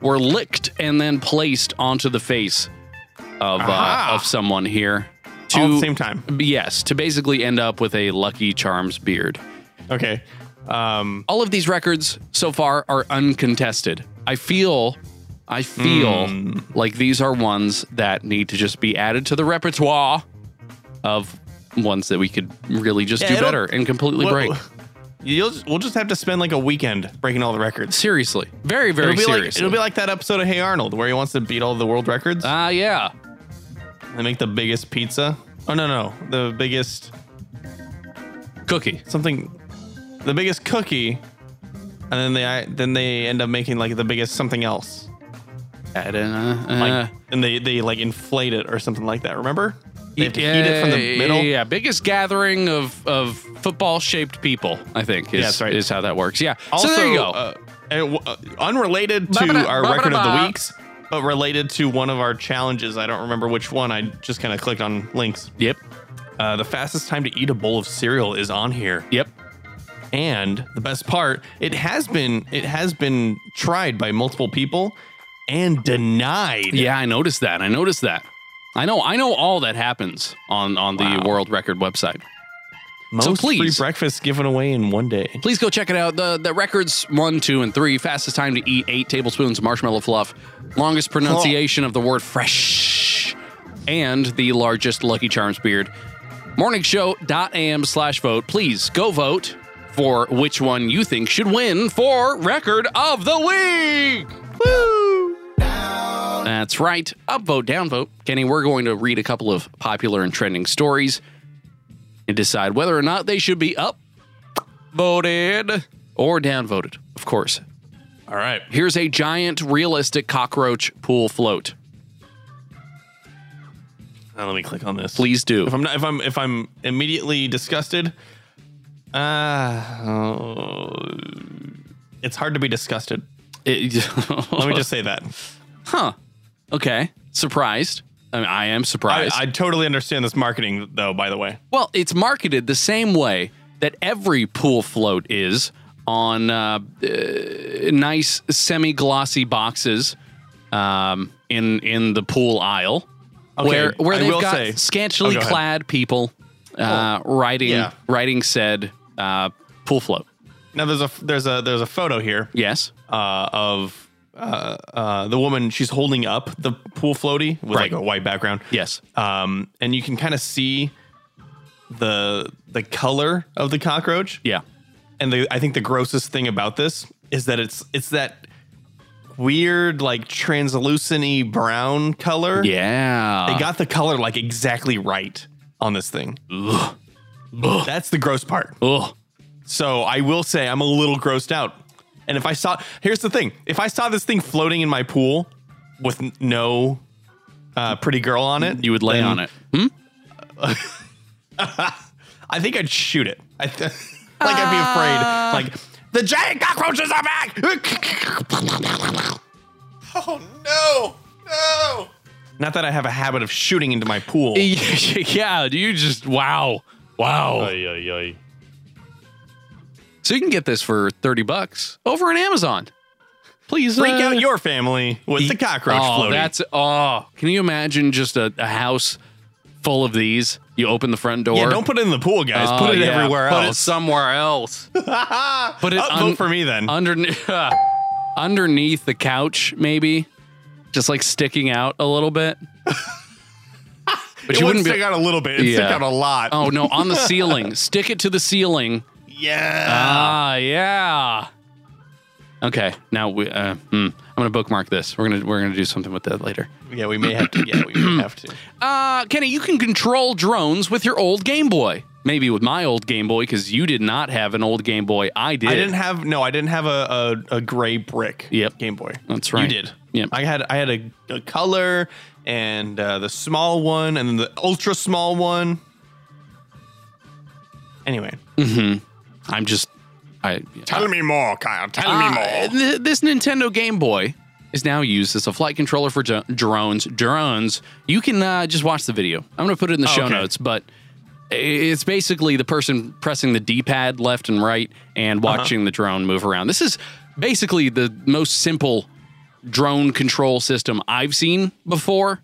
Speaker 3: were licked and then placed onto the face of uh,
Speaker 4: Aha.
Speaker 3: of someone here. To,
Speaker 4: All at the same time.
Speaker 3: Yes, to basically end up with a Lucky Charms beard.
Speaker 4: Okay. Um,
Speaker 3: all of these records so far are uncontested. I feel I feel
Speaker 4: Hmm.
Speaker 3: like these are ones that need to just be added to the repertoire of ones that we could really just
Speaker 4: Yeah,
Speaker 3: do
Speaker 4: it'll-
Speaker 3: better and completely
Speaker 4: we'll-
Speaker 3: break.
Speaker 4: You'll just, we'll just have to spend like a weekend breaking all the records.
Speaker 3: Seriously. Very, very
Speaker 4: it'll be like
Speaker 3: seriously.
Speaker 4: it'll be like that episode of Hey Arnold where he wants to beat all the world records
Speaker 3: Ah, yeah.
Speaker 4: and make the biggest pizza. Oh no no, the biggest
Speaker 3: Cookie.
Speaker 4: something, the biggest cookie, and then they I- then they end up making like the biggest something else.
Speaker 3: Add, uh, uh,
Speaker 4: Like, and they they like inflate it or something like that. Remember? They have to
Speaker 3: yeah,
Speaker 4: heat it from the middle.
Speaker 3: Yeah, biggest gathering of, of football shaped people, I think, is,
Speaker 4: Yeah, that's right.
Speaker 3: is how that works. Yeah.
Speaker 4: Also,
Speaker 3: so there you go.
Speaker 4: uh, uh, w- uh, unrelated to
Speaker 3: Ba-ba-da,
Speaker 4: our record of
Speaker 3: ba-ba-da-ba.
Speaker 4: the weeks, but related to one of our challenges. I don't remember which one. I just kind of clicked on links.
Speaker 3: Yep.
Speaker 4: Uh, the fastest time to eat a bowl of cereal is on here.
Speaker 3: Yep.
Speaker 4: And the best part, it has been it has been tried by multiple people and denied.
Speaker 3: Yeah, I noticed that. I noticed that. I know. I know all that happens on on the world record website.
Speaker 4: Most
Speaker 3: So please-
Speaker 4: free breakfast given away in one day.
Speaker 3: Please go check it out. The the records one, two, and three. Fastest time to eat eight tablespoons of marshmallow fluff. Longest pronunciation of the word fresh, and the largest Lucky Charms beard. Morningshow.am slash vote. Please go vote for which one you think should win for record of the week. Woo! That's right. Upvote, downvote. Kenny, we're going to read a couple of popular and trending stories and decide whether or not they should be up voted or downvoted, of course.
Speaker 4: All right.
Speaker 3: Here's a giant realistic cockroach pool float.
Speaker 4: Now let me click on this.
Speaker 3: Please do.
Speaker 4: If I'm not, if I'm if I'm immediately disgusted, uh, it's hard to be disgusted. Let me just say that.
Speaker 3: huh. Okay. Surprised. I, mean, I am
Speaker 4: I,
Speaker 3: surprised.
Speaker 4: I totally understand this marketing though. By the way,
Speaker 3: well, it's marketed the same way that every pool float is on uh, uh, nice semi-glossy boxes um, in in the pool aisle,
Speaker 4: Okay,
Speaker 3: where where
Speaker 4: I
Speaker 3: they've
Speaker 4: will
Speaker 3: got
Speaker 4: say-
Speaker 3: scantily
Speaker 4: Oh, go ahead. Oh,
Speaker 3: clad people uh, riding
Speaker 4: yeah.
Speaker 3: riding said uh, pool float.
Speaker 4: now there's a there's a there's a photo here
Speaker 3: Yes.
Speaker 4: uh, of uh, uh, the woman. She's holding up the pool floaty with
Speaker 3: Right.
Speaker 4: like a white background.
Speaker 3: Yes.
Speaker 4: um, and you can kind of see the the color of the cockroach.
Speaker 3: Yeah.
Speaker 4: and the, I think the grossest thing about this is that it's it's that weird like translucent-y brown color.
Speaker 3: Yeah.
Speaker 4: They got the color like exactly right on this thing. That's the gross part.
Speaker 3: Ugh.
Speaker 4: So I will say I'm a little grossed out. And if I saw here's the thing. If I saw this thing floating in my pool with n- no uh, pretty girl on it,
Speaker 3: You would lay
Speaker 4: then
Speaker 3: on it.
Speaker 4: I think I'd shoot it. I th- like
Speaker 3: Ah.
Speaker 4: I'd be afraid. Like the giant cockroaches are back. oh no, no! Not that I have a habit of shooting into my pool.
Speaker 3: yeah. You just wow. Wow. Oh, So you can get this for 30 bucks over on Amazon. Please
Speaker 4: Freak
Speaker 3: uh,
Speaker 4: out your family with the cockroach
Speaker 3: oh,
Speaker 4: floating.
Speaker 3: That's oh. Can you imagine just a, a house full of these? You open the front door.
Speaker 4: yeah, don't put it in the pool, guys.
Speaker 3: Oh,
Speaker 4: put it
Speaker 3: yeah,
Speaker 4: everywhere
Speaker 3: put it
Speaker 4: else.
Speaker 3: somewhere else. put it
Speaker 4: Upvote
Speaker 3: un-
Speaker 4: for me then.
Speaker 3: underneath underneath the couch, maybe, just like sticking out a little bit. But
Speaker 4: it
Speaker 3: you
Speaker 4: wouldn't
Speaker 3: wouldn't be.
Speaker 4: stick out a little bit. It would stick
Speaker 3: Yeah.
Speaker 4: out a lot.
Speaker 3: Oh no, on the ceiling. Stick it to the ceiling.
Speaker 4: yeah.
Speaker 3: Ah, yeah. Okay, now we. Uh, hmm. I'm gonna bookmark this. We're gonna we're gonna do something with that later.
Speaker 4: yeah, we may have to. Yeah, we may have to.
Speaker 3: Uh, Kenny, you can control drones with your old Game Boy. Maybe with my old Game Boy because you did not have an old Game Boy. I did.
Speaker 4: I didn't have no. I didn't have a a, a gray brick.
Speaker 3: Yep.
Speaker 4: Game Boy.
Speaker 3: That's right.
Speaker 4: You did.
Speaker 3: Yep.
Speaker 4: I had I had a, a color and uh, the small one and then the ultra small one. Anyway,
Speaker 3: I'm just. I.
Speaker 4: tell me more, Kyle. Tell
Speaker 3: Uh, th- this Nintendo Game Boy is now used as a flight controller for dr- drones. Drones. You can uh, just watch the video. I'm going to put it in the show
Speaker 4: Oh, okay.
Speaker 3: notes, but i- it's basically the person pressing the D-pad left and right and
Speaker 4: Uh-huh.
Speaker 3: watching the drone move around. This is basically the most simple drone control system I've seen before.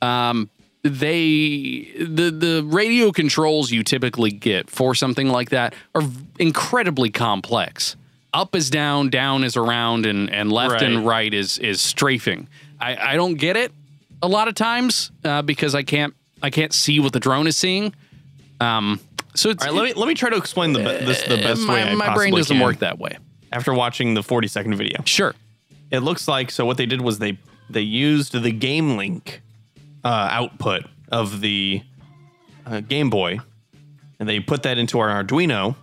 Speaker 3: Um, they the the radio controls you typically get for something like that are v- incredibly complex. Up is down, down is around, and and left and right is is strafing. I, I don't get it a lot of times uh, because I can't I can't see what the drone is seeing. Um, so it's,
Speaker 4: All right, let me let me try to explain the be- this the best
Speaker 3: my,
Speaker 4: way. I
Speaker 3: my brain
Speaker 4: possibly
Speaker 3: doesn't
Speaker 4: can
Speaker 3: work that way.
Speaker 4: After watching the 40 second video,
Speaker 3: Sure.
Speaker 4: it looks like so. What they did was they they used the Game Link uh, output of the uh, Game Boy, and they put that into our Arduino,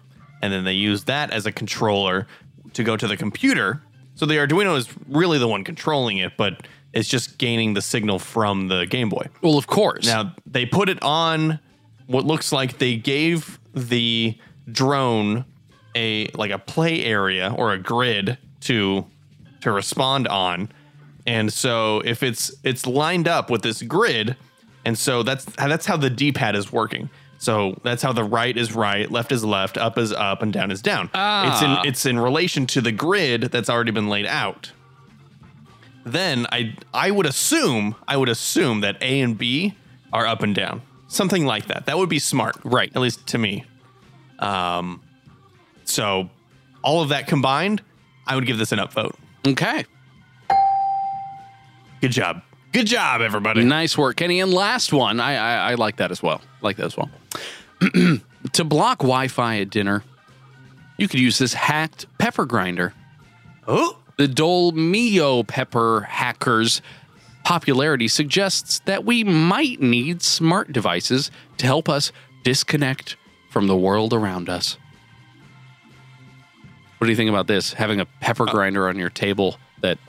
Speaker 4: and then they used that as a controller to go to the computer. So the Arduino is really the one controlling it, but it's just gaining the signal from the Game Boy.
Speaker 3: Well, of course.
Speaker 4: Now they put it on what looks like they gave the drone a like a play area or a grid to to respond on. And so if it's it's lined up with this grid, and so that's that's how the D-pad is working. So that's how the right is right, left is left, up is up, and down is down.
Speaker 3: Ah.
Speaker 4: It's in it's in relation to the grid that's already been laid out. Then I I would assume I would assume that A and B are up and down, something like that. That would be smart,
Speaker 3: Right.
Speaker 4: At least to me. Um, so all of that combined, I would give this an upvote.
Speaker 3: Okay.
Speaker 4: Good job, good job, everybody.
Speaker 3: Nice work, Kenny. And last one, I, I, I like that as well. Like that as well. to block Wi-Fi at dinner, you could use this hacked pepper grinder.
Speaker 4: Oh,
Speaker 3: The Dolmio pepper hackers popularity suggests that we might need smart devices to help us disconnect from the world around us. What do you think about this? Having a pepper grinder on your table that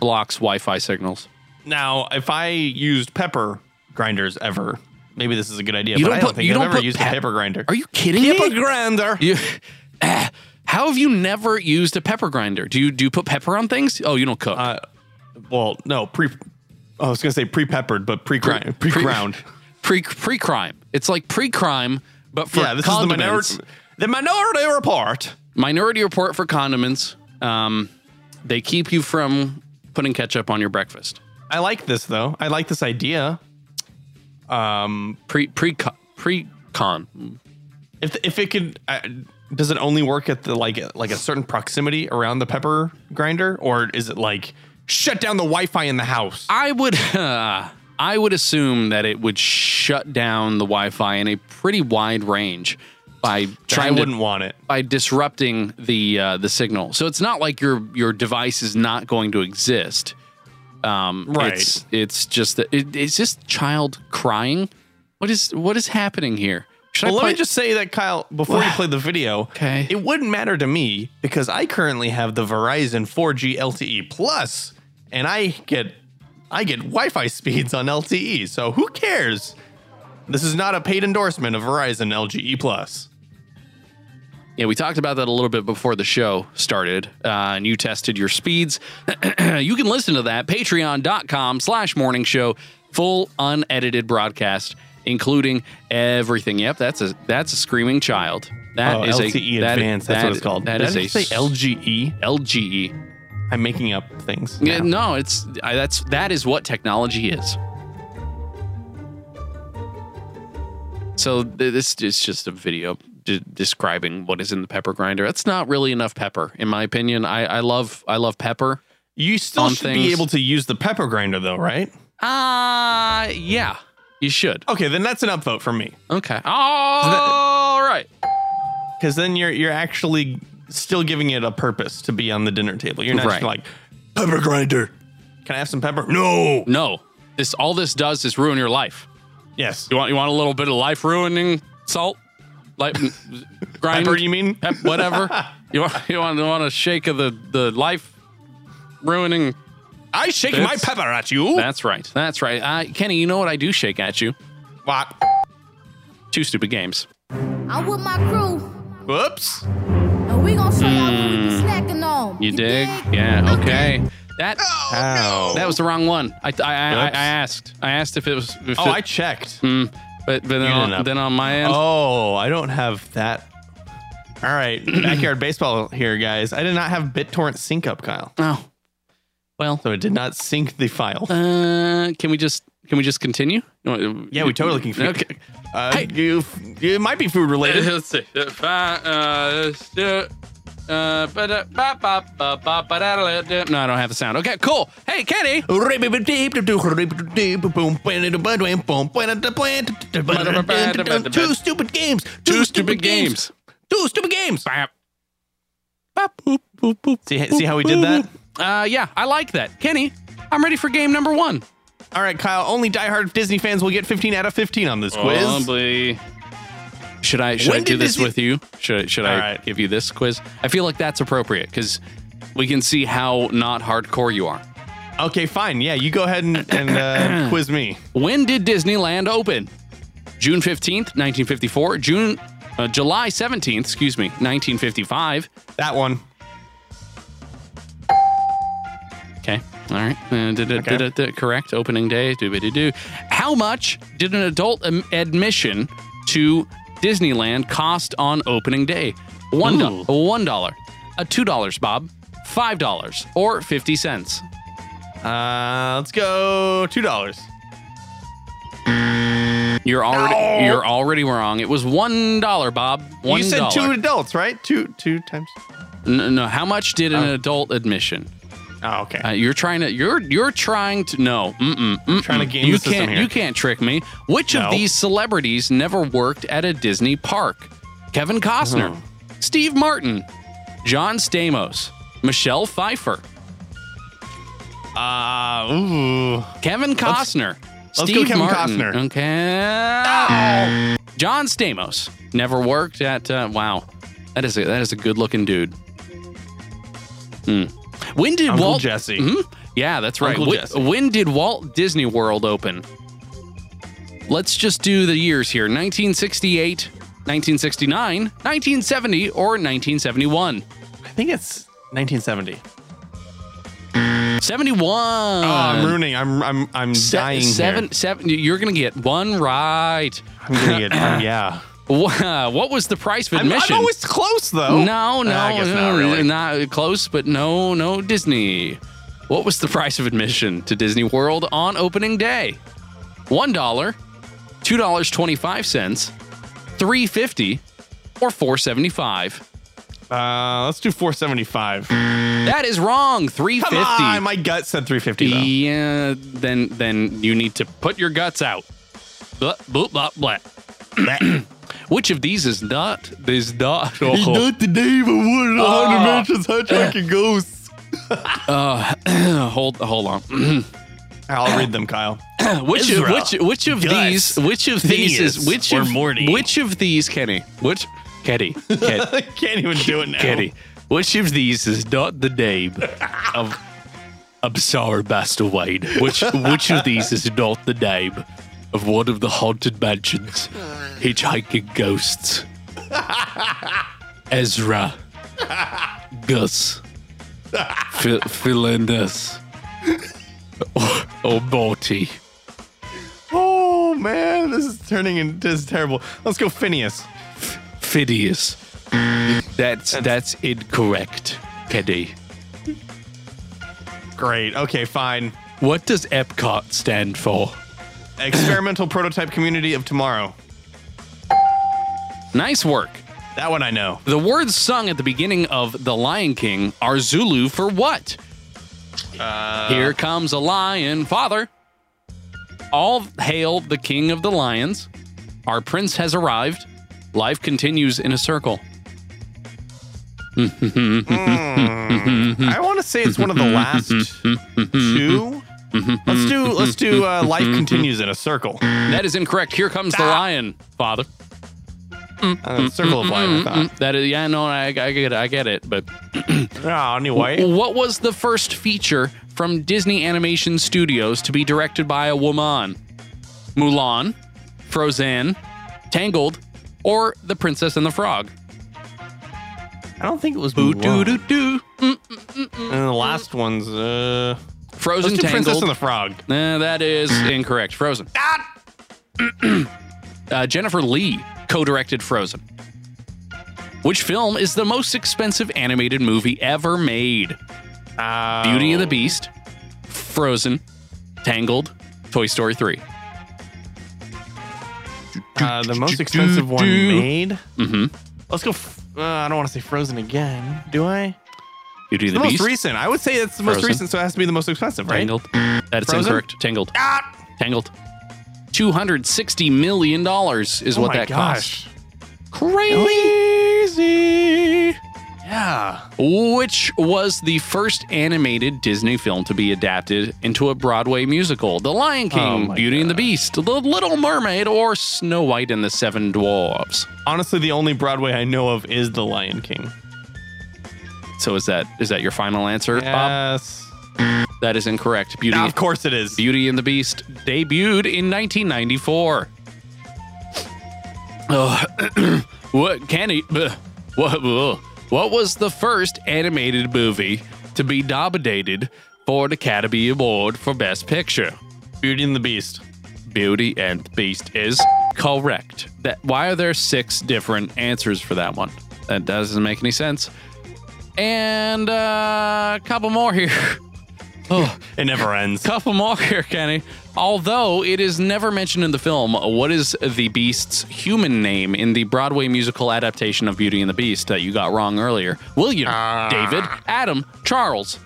Speaker 3: blocks Wi-Fi signals.
Speaker 4: Now, if I used pepper grinders ever, maybe this is a good idea.
Speaker 3: You
Speaker 4: but
Speaker 3: don't
Speaker 4: I don't
Speaker 3: put-
Speaker 4: think
Speaker 3: you
Speaker 4: I've
Speaker 3: don't
Speaker 4: ever
Speaker 3: put
Speaker 4: used
Speaker 3: pep-
Speaker 4: a pepper grinder.
Speaker 3: Are you kidding me?
Speaker 4: grinder?
Speaker 3: You, ah, how have you never used a pepper grinder? Do you do you put pepper on things? Oh, you don't cook.
Speaker 4: Uh, well, no, pre. I was gonna say pre-peppered, but pre-grind,
Speaker 3: Pre-
Speaker 4: pre-ground.
Speaker 3: pre pre crime. It's like pre crime, but for
Speaker 4: yeah, this is the
Speaker 3: condiments.
Speaker 4: minority. The minority report.
Speaker 3: Minority report for condiments. Um, they keep you from putting ketchup on your breakfast.
Speaker 4: I like this though. I like this idea. Um,
Speaker 3: Pre pre pre con.
Speaker 4: if if it could, uh, does it only work at the like like a certain proximity around the pepper grinder, or is it like shut down the Wi-Fi in the house?
Speaker 3: I would I would assume that it would shut down the Wi-Fi in a pretty wide range by
Speaker 4: I
Speaker 3: trying to
Speaker 4: wouldn't want it.
Speaker 3: by disrupting the uh, the signal. So it's not like your your device is not going to exist. Um,
Speaker 4: Right.
Speaker 3: It's, it's just that it, is this child crying? What is what is happening here? Should
Speaker 4: Well,
Speaker 3: I
Speaker 4: let
Speaker 3: play?
Speaker 4: me just say that, Kyle, before you play the video,
Speaker 3: Okay.
Speaker 4: it wouldn't matter to me because I currently have the Verizon 4G LTE E Plus, and I get I get Wi-Fi speeds on LTE. So who cares? This is not a paid endorsement of Verizon LGE Plus.
Speaker 3: yeah, we talked about that a little bit before the show started, uh, and you tested your speeds. you can listen to that patreon.com slash morning show full unedited broadcast including everything yep that's a that's a screaming child
Speaker 4: Oh,
Speaker 3: That is
Speaker 4: LTE
Speaker 3: a that-
Speaker 4: E Advanced. that's
Speaker 3: that-
Speaker 4: what it's called.
Speaker 3: that
Speaker 4: Did
Speaker 3: is
Speaker 4: I
Speaker 3: a
Speaker 4: just say LGE.
Speaker 3: LGE.
Speaker 4: E. I'm making up things.
Speaker 3: Yeah,
Speaker 4: now.
Speaker 3: no, it's I, that's that is what technology is. So th- this is just a video de- describing what is in the pepper grinder. That's not really enough pepper, in my opinion. I, I love I love pepper.
Speaker 4: You still
Speaker 3: On
Speaker 4: should be
Speaker 3: things.
Speaker 4: able to use the pepper grinder though, right?
Speaker 3: Ah, yeah, you should.
Speaker 4: Okay, then that's an upvote for me.
Speaker 3: Okay, all right.
Speaker 4: Because then you're you're actually still giving it a purpose to be on the dinner table. You're not
Speaker 3: Right.
Speaker 4: just like pepper grinder. Can I have some pepper? No.
Speaker 3: No, this all this does is ruin your life.
Speaker 4: Yes.
Speaker 3: You want you want a little bit of life ruining salt, like grind.
Speaker 4: Pepper, you mean?
Speaker 3: Pep- whatever. you want you want, you want a shake of the the life ruining.
Speaker 4: I shake
Speaker 3: That's-
Speaker 4: my pepper at you.
Speaker 3: That's right. That's right. Uh, Kenny, you know what I do shake at you?
Speaker 4: What?
Speaker 3: Two stupid games.
Speaker 9: I'm with my crew,
Speaker 4: Whoops.
Speaker 9: and we gon' show y'all what we be snacking on.
Speaker 3: Hmm. You dig? Yeah. Okay. That
Speaker 4: Ow.
Speaker 3: that was the wrong one. I I, I, I
Speaker 4: Oops.
Speaker 3: asked. I asked if it was. If
Speaker 4: Oh, I
Speaker 3: it,
Speaker 4: checked.
Speaker 3: Mm, but but then
Speaker 4: You didn't
Speaker 3: on,
Speaker 4: up.
Speaker 3: then on my end.
Speaker 4: Oh, I don't have that. All right, backyard baseball here, guys. I did not have BitTorrent sync up, Kyle,
Speaker 3: oh. Well,
Speaker 4: so it did not sync the file.
Speaker 3: uh, can we just can we just continue?
Speaker 4: yeah, we totally can. fix
Speaker 3: Okay.
Speaker 4: Uh,
Speaker 3: Hey.
Speaker 4: you, it might be food related.
Speaker 3: Let's see. If I, uh, stu- uh, ba-da- ba- ba- ba- ba- ba-da-da-da- No, I don't have the sound. Okay, cool. Hey, Kenny.
Speaker 4: Two stupid games.
Speaker 3: Two stupid games.
Speaker 4: Two stupid games. See, see how we did that?
Speaker 3: Uh, yeah, I like that. Kenny, I'm ready for game number one.
Speaker 4: All right, Kyle. Only diehard Disney fans will get 15 out of 15 on this quiz.
Speaker 3: Oh, Probably. Should I should
Speaker 4: When
Speaker 3: I do
Speaker 4: did
Speaker 3: this
Speaker 4: Disney-
Speaker 3: with you? Should I- should I
Speaker 4: All right.
Speaker 3: give you this quiz? I feel like that's appropriate because we can see how not hardcore you are.
Speaker 4: Okay, fine. Yeah, you go ahead and, and uh, quiz me.
Speaker 3: When did Disneyland open? June 15th, 1954. June, uh, July 17th, excuse me, 1955.
Speaker 4: That one.
Speaker 3: Okay. All right. Uh, did it,
Speaker 4: Okay.
Speaker 3: did it, did it correct. Opening day. Do do do. How much did an adult am- admission to Disneyland cost on opening day? One dollar, one dollar, a two dollars, Bob, five dollars, or fifty cents.
Speaker 4: Uh, let's go two dollars.
Speaker 3: You're already you're already wrong. It was one dollar, Bob. One
Speaker 4: You said two
Speaker 3: dollar.
Speaker 4: adults, right? Two two times.
Speaker 3: No, no, how much did an adult admission?
Speaker 4: Oh, okay.
Speaker 3: Uh, you're trying to you're you're trying to no. Mm-mm, mm-mm.
Speaker 4: trying to game
Speaker 3: you
Speaker 4: the system
Speaker 3: can't
Speaker 4: here.
Speaker 3: you can't trick me. Which
Speaker 4: No.
Speaker 3: of these celebrities never worked at a Disney park? Kevin Costner,
Speaker 4: Uh-huh.
Speaker 3: Steve Martin, John Stamos, Michelle Pfeiffer,
Speaker 4: Uh, ooh.
Speaker 3: Kevin Costner.
Speaker 4: let's
Speaker 3: Steve
Speaker 4: go Kevin
Speaker 3: Martin.
Speaker 4: Costner.
Speaker 3: Okay. John Stamos never worked at. Uh, wow, that is a, that is a good looking dude. Hmm. When did
Speaker 4: Uncle
Speaker 3: Walt
Speaker 4: Jesse.
Speaker 3: Mhm. Yeah, that's right.
Speaker 4: Uncle
Speaker 3: When-
Speaker 4: Jesse.
Speaker 3: when did Walt Disney World open? Let's just do the years here: 1968, 1969, 1970, or 1971.
Speaker 4: I think it's 1970.
Speaker 3: 71.
Speaker 4: oh, I'm ruining. I'm I'm I'm
Speaker 3: Uh, um, Se-
Speaker 4: dying
Speaker 3: seven,
Speaker 4: here.
Speaker 3: seven. You're gonna get one right.
Speaker 4: I'm gonna get. yeah.
Speaker 3: Wha- What was the price of
Speaker 4: I'm, I'm
Speaker 3: admission?
Speaker 4: always close though.
Speaker 3: no, no,
Speaker 4: Uh, I guess
Speaker 3: no,
Speaker 4: not really.
Speaker 3: not close, but no, no Disney. What was the price of admission to Disney World on opening day? One dollar, two dollars twenty-five cents, three fifty, or four seventy-five.
Speaker 4: Uh, let's do 475.
Speaker 3: That is wrong. Three
Speaker 4: Mm. Come
Speaker 3: fifty.
Speaker 4: on, Ah, my gut said 350 though.
Speaker 3: Yeah, then then you need to put your guts out. Blah, blah, blah, blah. Which of these is not? Is not. oh.
Speaker 4: the David Wood
Speaker 3: Ah.
Speaker 4: Mansions Hitchhiking Ghosts.
Speaker 3: hold hold on.
Speaker 4: I'll read them, Kyle.
Speaker 3: which of,
Speaker 4: Ezra.
Speaker 3: which which of
Speaker 4: Gus.
Speaker 3: these which of these is
Speaker 4: Phineas.
Speaker 3: which
Speaker 4: Or
Speaker 3: of
Speaker 4: Morty.
Speaker 3: which of these Kenny which Kenny Ken-
Speaker 4: I can't even do it now.
Speaker 3: Kenny which of these is not the name of I'm sorry, Master Wayne. Which which of these is not the name of one of the haunted mansions, hitchhiking ghosts? Ezra, Gus, Phil, Philandus, or Morty.
Speaker 4: Oh man, this is turning into this is terrible. Let's go Phineas.
Speaker 3: Phidias. That's that's incorrect, Kenny.
Speaker 4: Great. Okay, fine.
Speaker 3: What does Epcot stand for?
Speaker 4: Experimental prototype community of tomorrow.
Speaker 3: Nice work.
Speaker 4: That one I know.
Speaker 3: The words sung at the beginning of The Lion King are Zulu for what? Here comes a lion, father. All hail the king of the lions. Our prince has arrived. Life continues in a circle.
Speaker 4: I want to say it's one of the last two. Let's do let's do uh, life continues in a circle.
Speaker 3: That is incorrect. Here comes the lion, father. Hmm,
Speaker 4: Uh, circle of life. I thought.
Speaker 3: That is, yeah, no, I, I get it, I get it, but
Speaker 4: Ah, anyway,
Speaker 3: What was the first feature from Disney Animation Studios to be directed by a woman? Mulan, Frozen, Tangled, or The Princess and the Frog?
Speaker 4: I don't think it was
Speaker 3: Boo doo doo doo. Mm.
Speaker 4: And the last one's uh,
Speaker 3: Frozen,
Speaker 4: let's do Princess
Speaker 3: Tangled.
Speaker 4: and the Ah! Frog.
Speaker 3: Eh, that is incorrect. Frozen. uh, Jennifer Lee co-directed Frozen. Which film is the most expensive animated movie ever made?
Speaker 4: Uh,
Speaker 3: Beauty and the Beast, Frozen, Tangled, Toy Story 3.
Speaker 4: Uh, the most expensive one
Speaker 3: do.
Speaker 4: made.
Speaker 3: Mhm.
Speaker 4: Let's go. F- uh, I don't want to say Frozen again, do I?
Speaker 3: Beauty and
Speaker 4: The,
Speaker 3: the,
Speaker 4: most
Speaker 3: Beast.
Speaker 4: recent. I would say it's the most
Speaker 3: Frozen.
Speaker 4: recent, so it has to be the most expensive, right?
Speaker 3: Tangled. That is
Speaker 4: Frozen? Ah!
Speaker 3: incorrect. Tangled. Tangled. Two hundred sixty million dollars is
Speaker 4: Oh
Speaker 3: what
Speaker 4: my
Speaker 3: that
Speaker 4: gosh.
Speaker 3: cost. Crazy.
Speaker 4: Crazy. Yeah.
Speaker 3: Which was the first animated Disney film to be adapted into a Broadway musical? The Lion King,
Speaker 4: Oh my
Speaker 3: Beauty and the Beast, The Little Mermaid, or Snow White and the Seven Dwarfs.
Speaker 4: Honestly, the only Broadway I know of is The Lion King.
Speaker 3: So is that is that your final answer, Bob?
Speaker 4: Yes.
Speaker 3: That is incorrect. Beauty
Speaker 4: Ah, of course it is.
Speaker 3: Beauty and the Beast debuted in 1994. Ugh. Uh, what can he? bleh. What, ugh. what was the first animated movie to be nominated for an Academy Award for Best Picture?
Speaker 4: Beauty and the Beast.
Speaker 3: Beauty and the Beast is Correct. That why are there six different answers for that one? That doesn't make any sense. And uh, a couple more here.
Speaker 4: It never ends.
Speaker 3: couple more here, Kenny. Although it is never mentioned in the film, what is the Beast's human name in the Broadway musical adaptation of Beauty and the Beast that you got wrong earlier? William, David, Adam, Charles.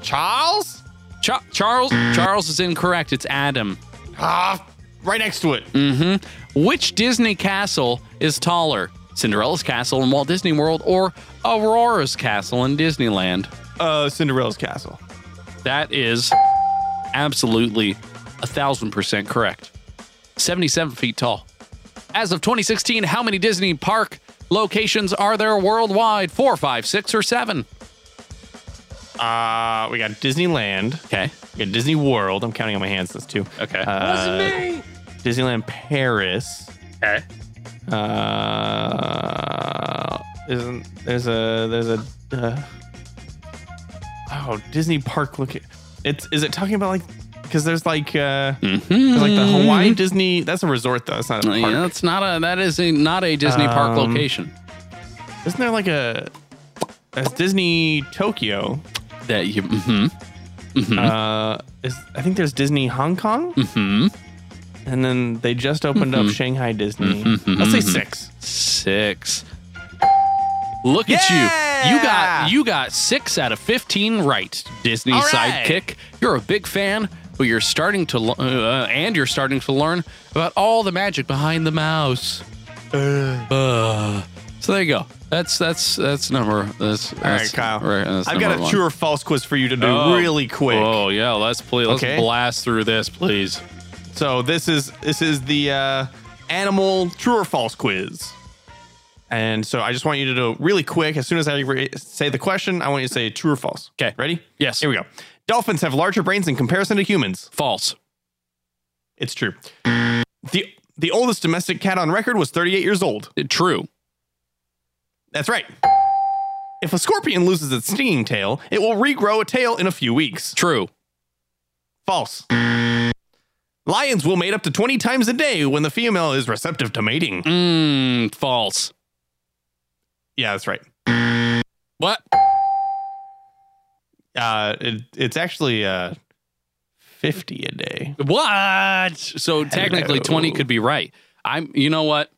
Speaker 4: Charles?
Speaker 3: Cha- Charles? Charles is incorrect. It's Adam.
Speaker 4: Ah, right next to it.
Speaker 3: Mm. Which Disney castle is taller? Cinderella's castle in Walt Disney World or Aurora's castle in Disneyland?
Speaker 4: Uh, Cinderella's castle.
Speaker 3: That is absolutely a thousand percent correct. 77 feet tall. As of 2016, how many Disney park locations are there worldwide? Four, five, six, or seven?
Speaker 4: Uh, we got Disneyland.
Speaker 3: Okay.
Speaker 4: We got Disney World. I'm counting on my hands this too.
Speaker 3: Okay.
Speaker 4: Uh, Disneyland Paris.
Speaker 3: Okay.
Speaker 4: Uh, isn't there's a there's a uh, oh Disney park look it's is it talking about like because there's like uh there's like the Hawaii Disney that's a resort though it's not a park
Speaker 3: Oh, Yeah, that's not a that is a, not a Disney park
Speaker 4: Um,
Speaker 3: location.
Speaker 4: isn't there like a that's Disney Tokyo
Speaker 3: That you hmm
Speaker 4: uh is I think there's Disney Hong Kong mm-hmm. and then they just opened up Shanghai Disney let's say six
Speaker 3: six. Look at you. You
Speaker 4: Yeah!
Speaker 3: got you got six out of fifteen right. Disney
Speaker 4: All right.
Speaker 3: sidekick. You're a big fan, but you're starting to lo- uh, and you're starting to learn about all the magic behind the mouse. Uh. So there you go. That's that's that's number. That's,
Speaker 4: all
Speaker 3: that's
Speaker 4: right Kyle
Speaker 3: right, that's
Speaker 4: I've got
Speaker 3: number
Speaker 4: a
Speaker 3: one.
Speaker 4: true or false quiz for you to do
Speaker 3: Oh.
Speaker 4: really quick.
Speaker 3: Oh yeah, let's please let's
Speaker 4: Okay.
Speaker 3: blast through this, please.
Speaker 4: So this is this is the uh, animal true or false quiz. And so I just want you to do really quick. As soon as I re- say the question, I want you to say true or false.
Speaker 3: 'Kay.
Speaker 4: ready?
Speaker 3: Yes.
Speaker 4: Here we go. Dolphins have larger brains in comparison to humans.
Speaker 3: False.
Speaker 4: It's true. the The oldest domestic cat on record was 38 years old.
Speaker 3: True.
Speaker 4: That's right. If a scorpion loses its stinging tail, it will regrow a tail in a few weeks.
Speaker 3: True.
Speaker 4: False. Lions will mate up to 20 times a day when the female is receptive to mating.
Speaker 3: Mm, false.
Speaker 4: Yeah, that's right.
Speaker 3: What?
Speaker 4: Uh, it, it's actually uh, 50 a day.
Speaker 3: What? So technically,
Speaker 4: Hello.
Speaker 3: twenty could be right. I'm. You know what?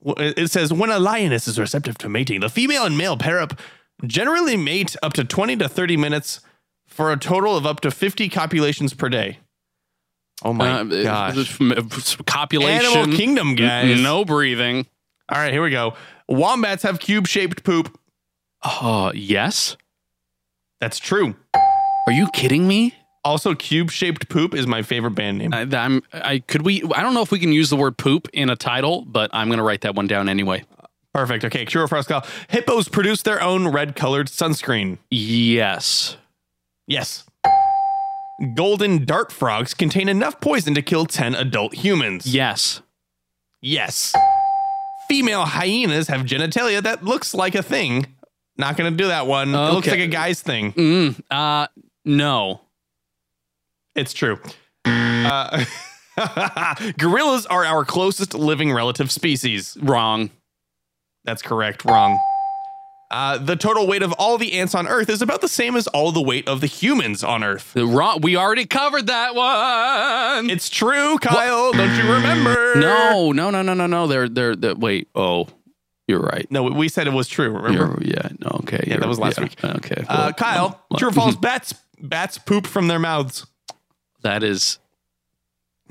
Speaker 4: Well, It it says when a lioness is receptive to mating, the female and male pair up generally mate up to 20 to 30 minutes for a total of up to 50 copulations per day. Oh my
Speaker 3: Uh,
Speaker 4: gosh.
Speaker 3: f- Copulation.
Speaker 4: Animal kingdom, guys.
Speaker 3: No breathing.
Speaker 4: All right, here we go. Wombats have cube shaped poop.
Speaker 3: Oh yes.
Speaker 4: That's true.
Speaker 3: Are you kidding me?
Speaker 4: Also, cube shaped poop is my favorite band name.
Speaker 3: I, I'm. I could we. I don't know if we can use the word poop in a title, but I'm gonna write that one down anyway.
Speaker 4: Perfect. Okay, Cure or False Kyle. Hippos produce their own red colored sunscreen.
Speaker 3: Yes.
Speaker 4: Yes. Golden dart frogs contain enough poison to kill 10 adult humans.
Speaker 3: Yes.
Speaker 4: Yes. Female hyenas have genitalia that looks like a thing. Not going to do that one. It looks
Speaker 3: Okay.
Speaker 4: like a guy's thing.
Speaker 3: Mm, uh. No.
Speaker 4: It's true. Uh, gorillas are our closest living relative species.
Speaker 3: Wrong.
Speaker 4: That's correct. Wrong. Uh, the total weight of all the ants on Earth is about the same as all the weight of the humans on Earth.
Speaker 3: The wrong. We already covered that one.
Speaker 4: It's true, Kyle. Don't you remember?
Speaker 3: no. No. No. No. No. No. They're. They're. they wait. Oh. You're right.
Speaker 4: No, we said it was true. Remember?
Speaker 3: You're- yeah. no, Okay. Yeah,
Speaker 4: that was last week.
Speaker 3: Okay.
Speaker 4: Uh,
Speaker 3: well,
Speaker 4: Kyle,
Speaker 3: well,
Speaker 4: true or false? Bats bats poop from their mouths.
Speaker 3: That is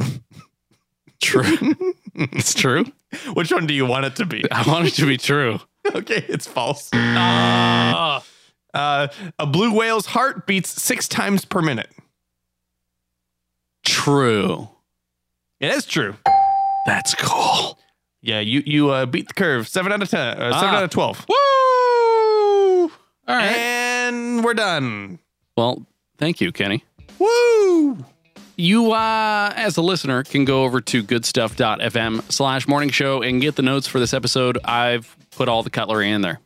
Speaker 3: true. it's true.
Speaker 4: Which one do you want it to be?
Speaker 3: I want it to be true.
Speaker 4: okay, it's false.
Speaker 3: Ah.
Speaker 4: Uh, a blue whale's heart beats six times per minute.
Speaker 3: True.
Speaker 4: It is true.
Speaker 3: That's cool.
Speaker 4: Yeah, you you uh, beat the curve. Seven out of ten. Uh, seven
Speaker 3: Ah.
Speaker 4: out of twelve.
Speaker 3: Woo! All right.
Speaker 4: And we're done.
Speaker 3: well, thank you, Kenny.
Speaker 4: Woo!
Speaker 3: You, uh, as a listener, can go over to goodstuff.fm slash morning show and get the notes for this episode. I've put all the cutlery in there.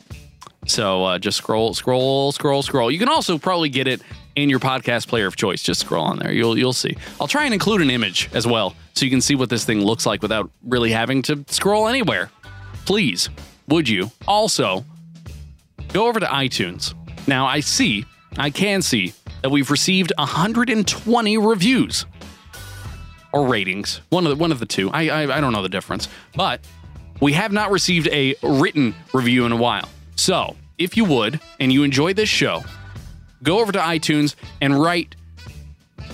Speaker 3: So uh, just scroll, scroll, scroll, scroll. You can also probably get it in your podcast player of choice. Just scroll on there. You'll you'll see. I'll try and include an image as well, so you can see what this thing looks like without really having to scroll anywhere. Please, would you also go over to iTunes? Now I see, I can see that we've received 120 reviews or ratings. One of the, one of the two. I, I I don't know the difference, but we have not received a written review in a while. So, if you would and you enjoy this show, go over to iTunes and write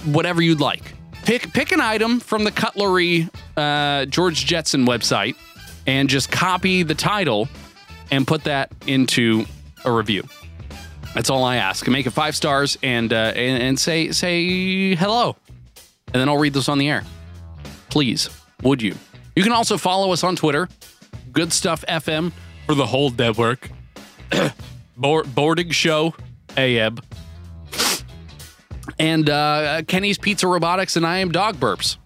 Speaker 3: whatever you'd like. Pick pick an item from the cutlery uh, George Jetson website and just copy the title and put that into a review. That's all I ask. Make it five stars and uh, and, and say say hello and then I'll read this on the air. Please, would you? You can also follow us on Twitter, Good Stuff FM for the whole network, Bo- Boarding Show AEB, and uh, Kenny's Pizza Robotics, and I am Dog Burps.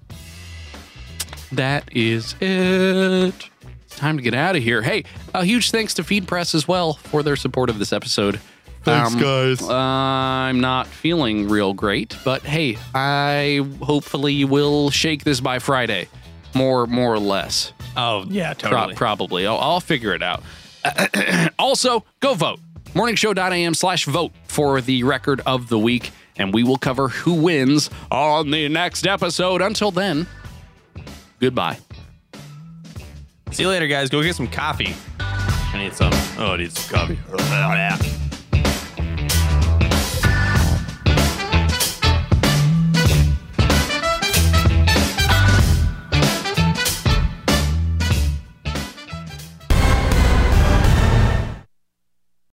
Speaker 3: That is it. It's time to get out of here. Hey, a huge thanks to Feed Press as well for their support of this episode.
Speaker 4: Thanks,
Speaker 3: Um,
Speaker 4: guys.
Speaker 3: I'm not feeling real great, but hey, I hopefully will shake this by Friday, more more or less.
Speaker 4: oh, yeah,
Speaker 3: Pro- probably. I'll, I'll figure it out. also, go vote. Morningshow.am slash vote for the record of the week, and we will cover who wins on the next episode. Until then, goodbye.
Speaker 4: See you later, guys. Go get some coffee. I need some. Oh, I need some coffee.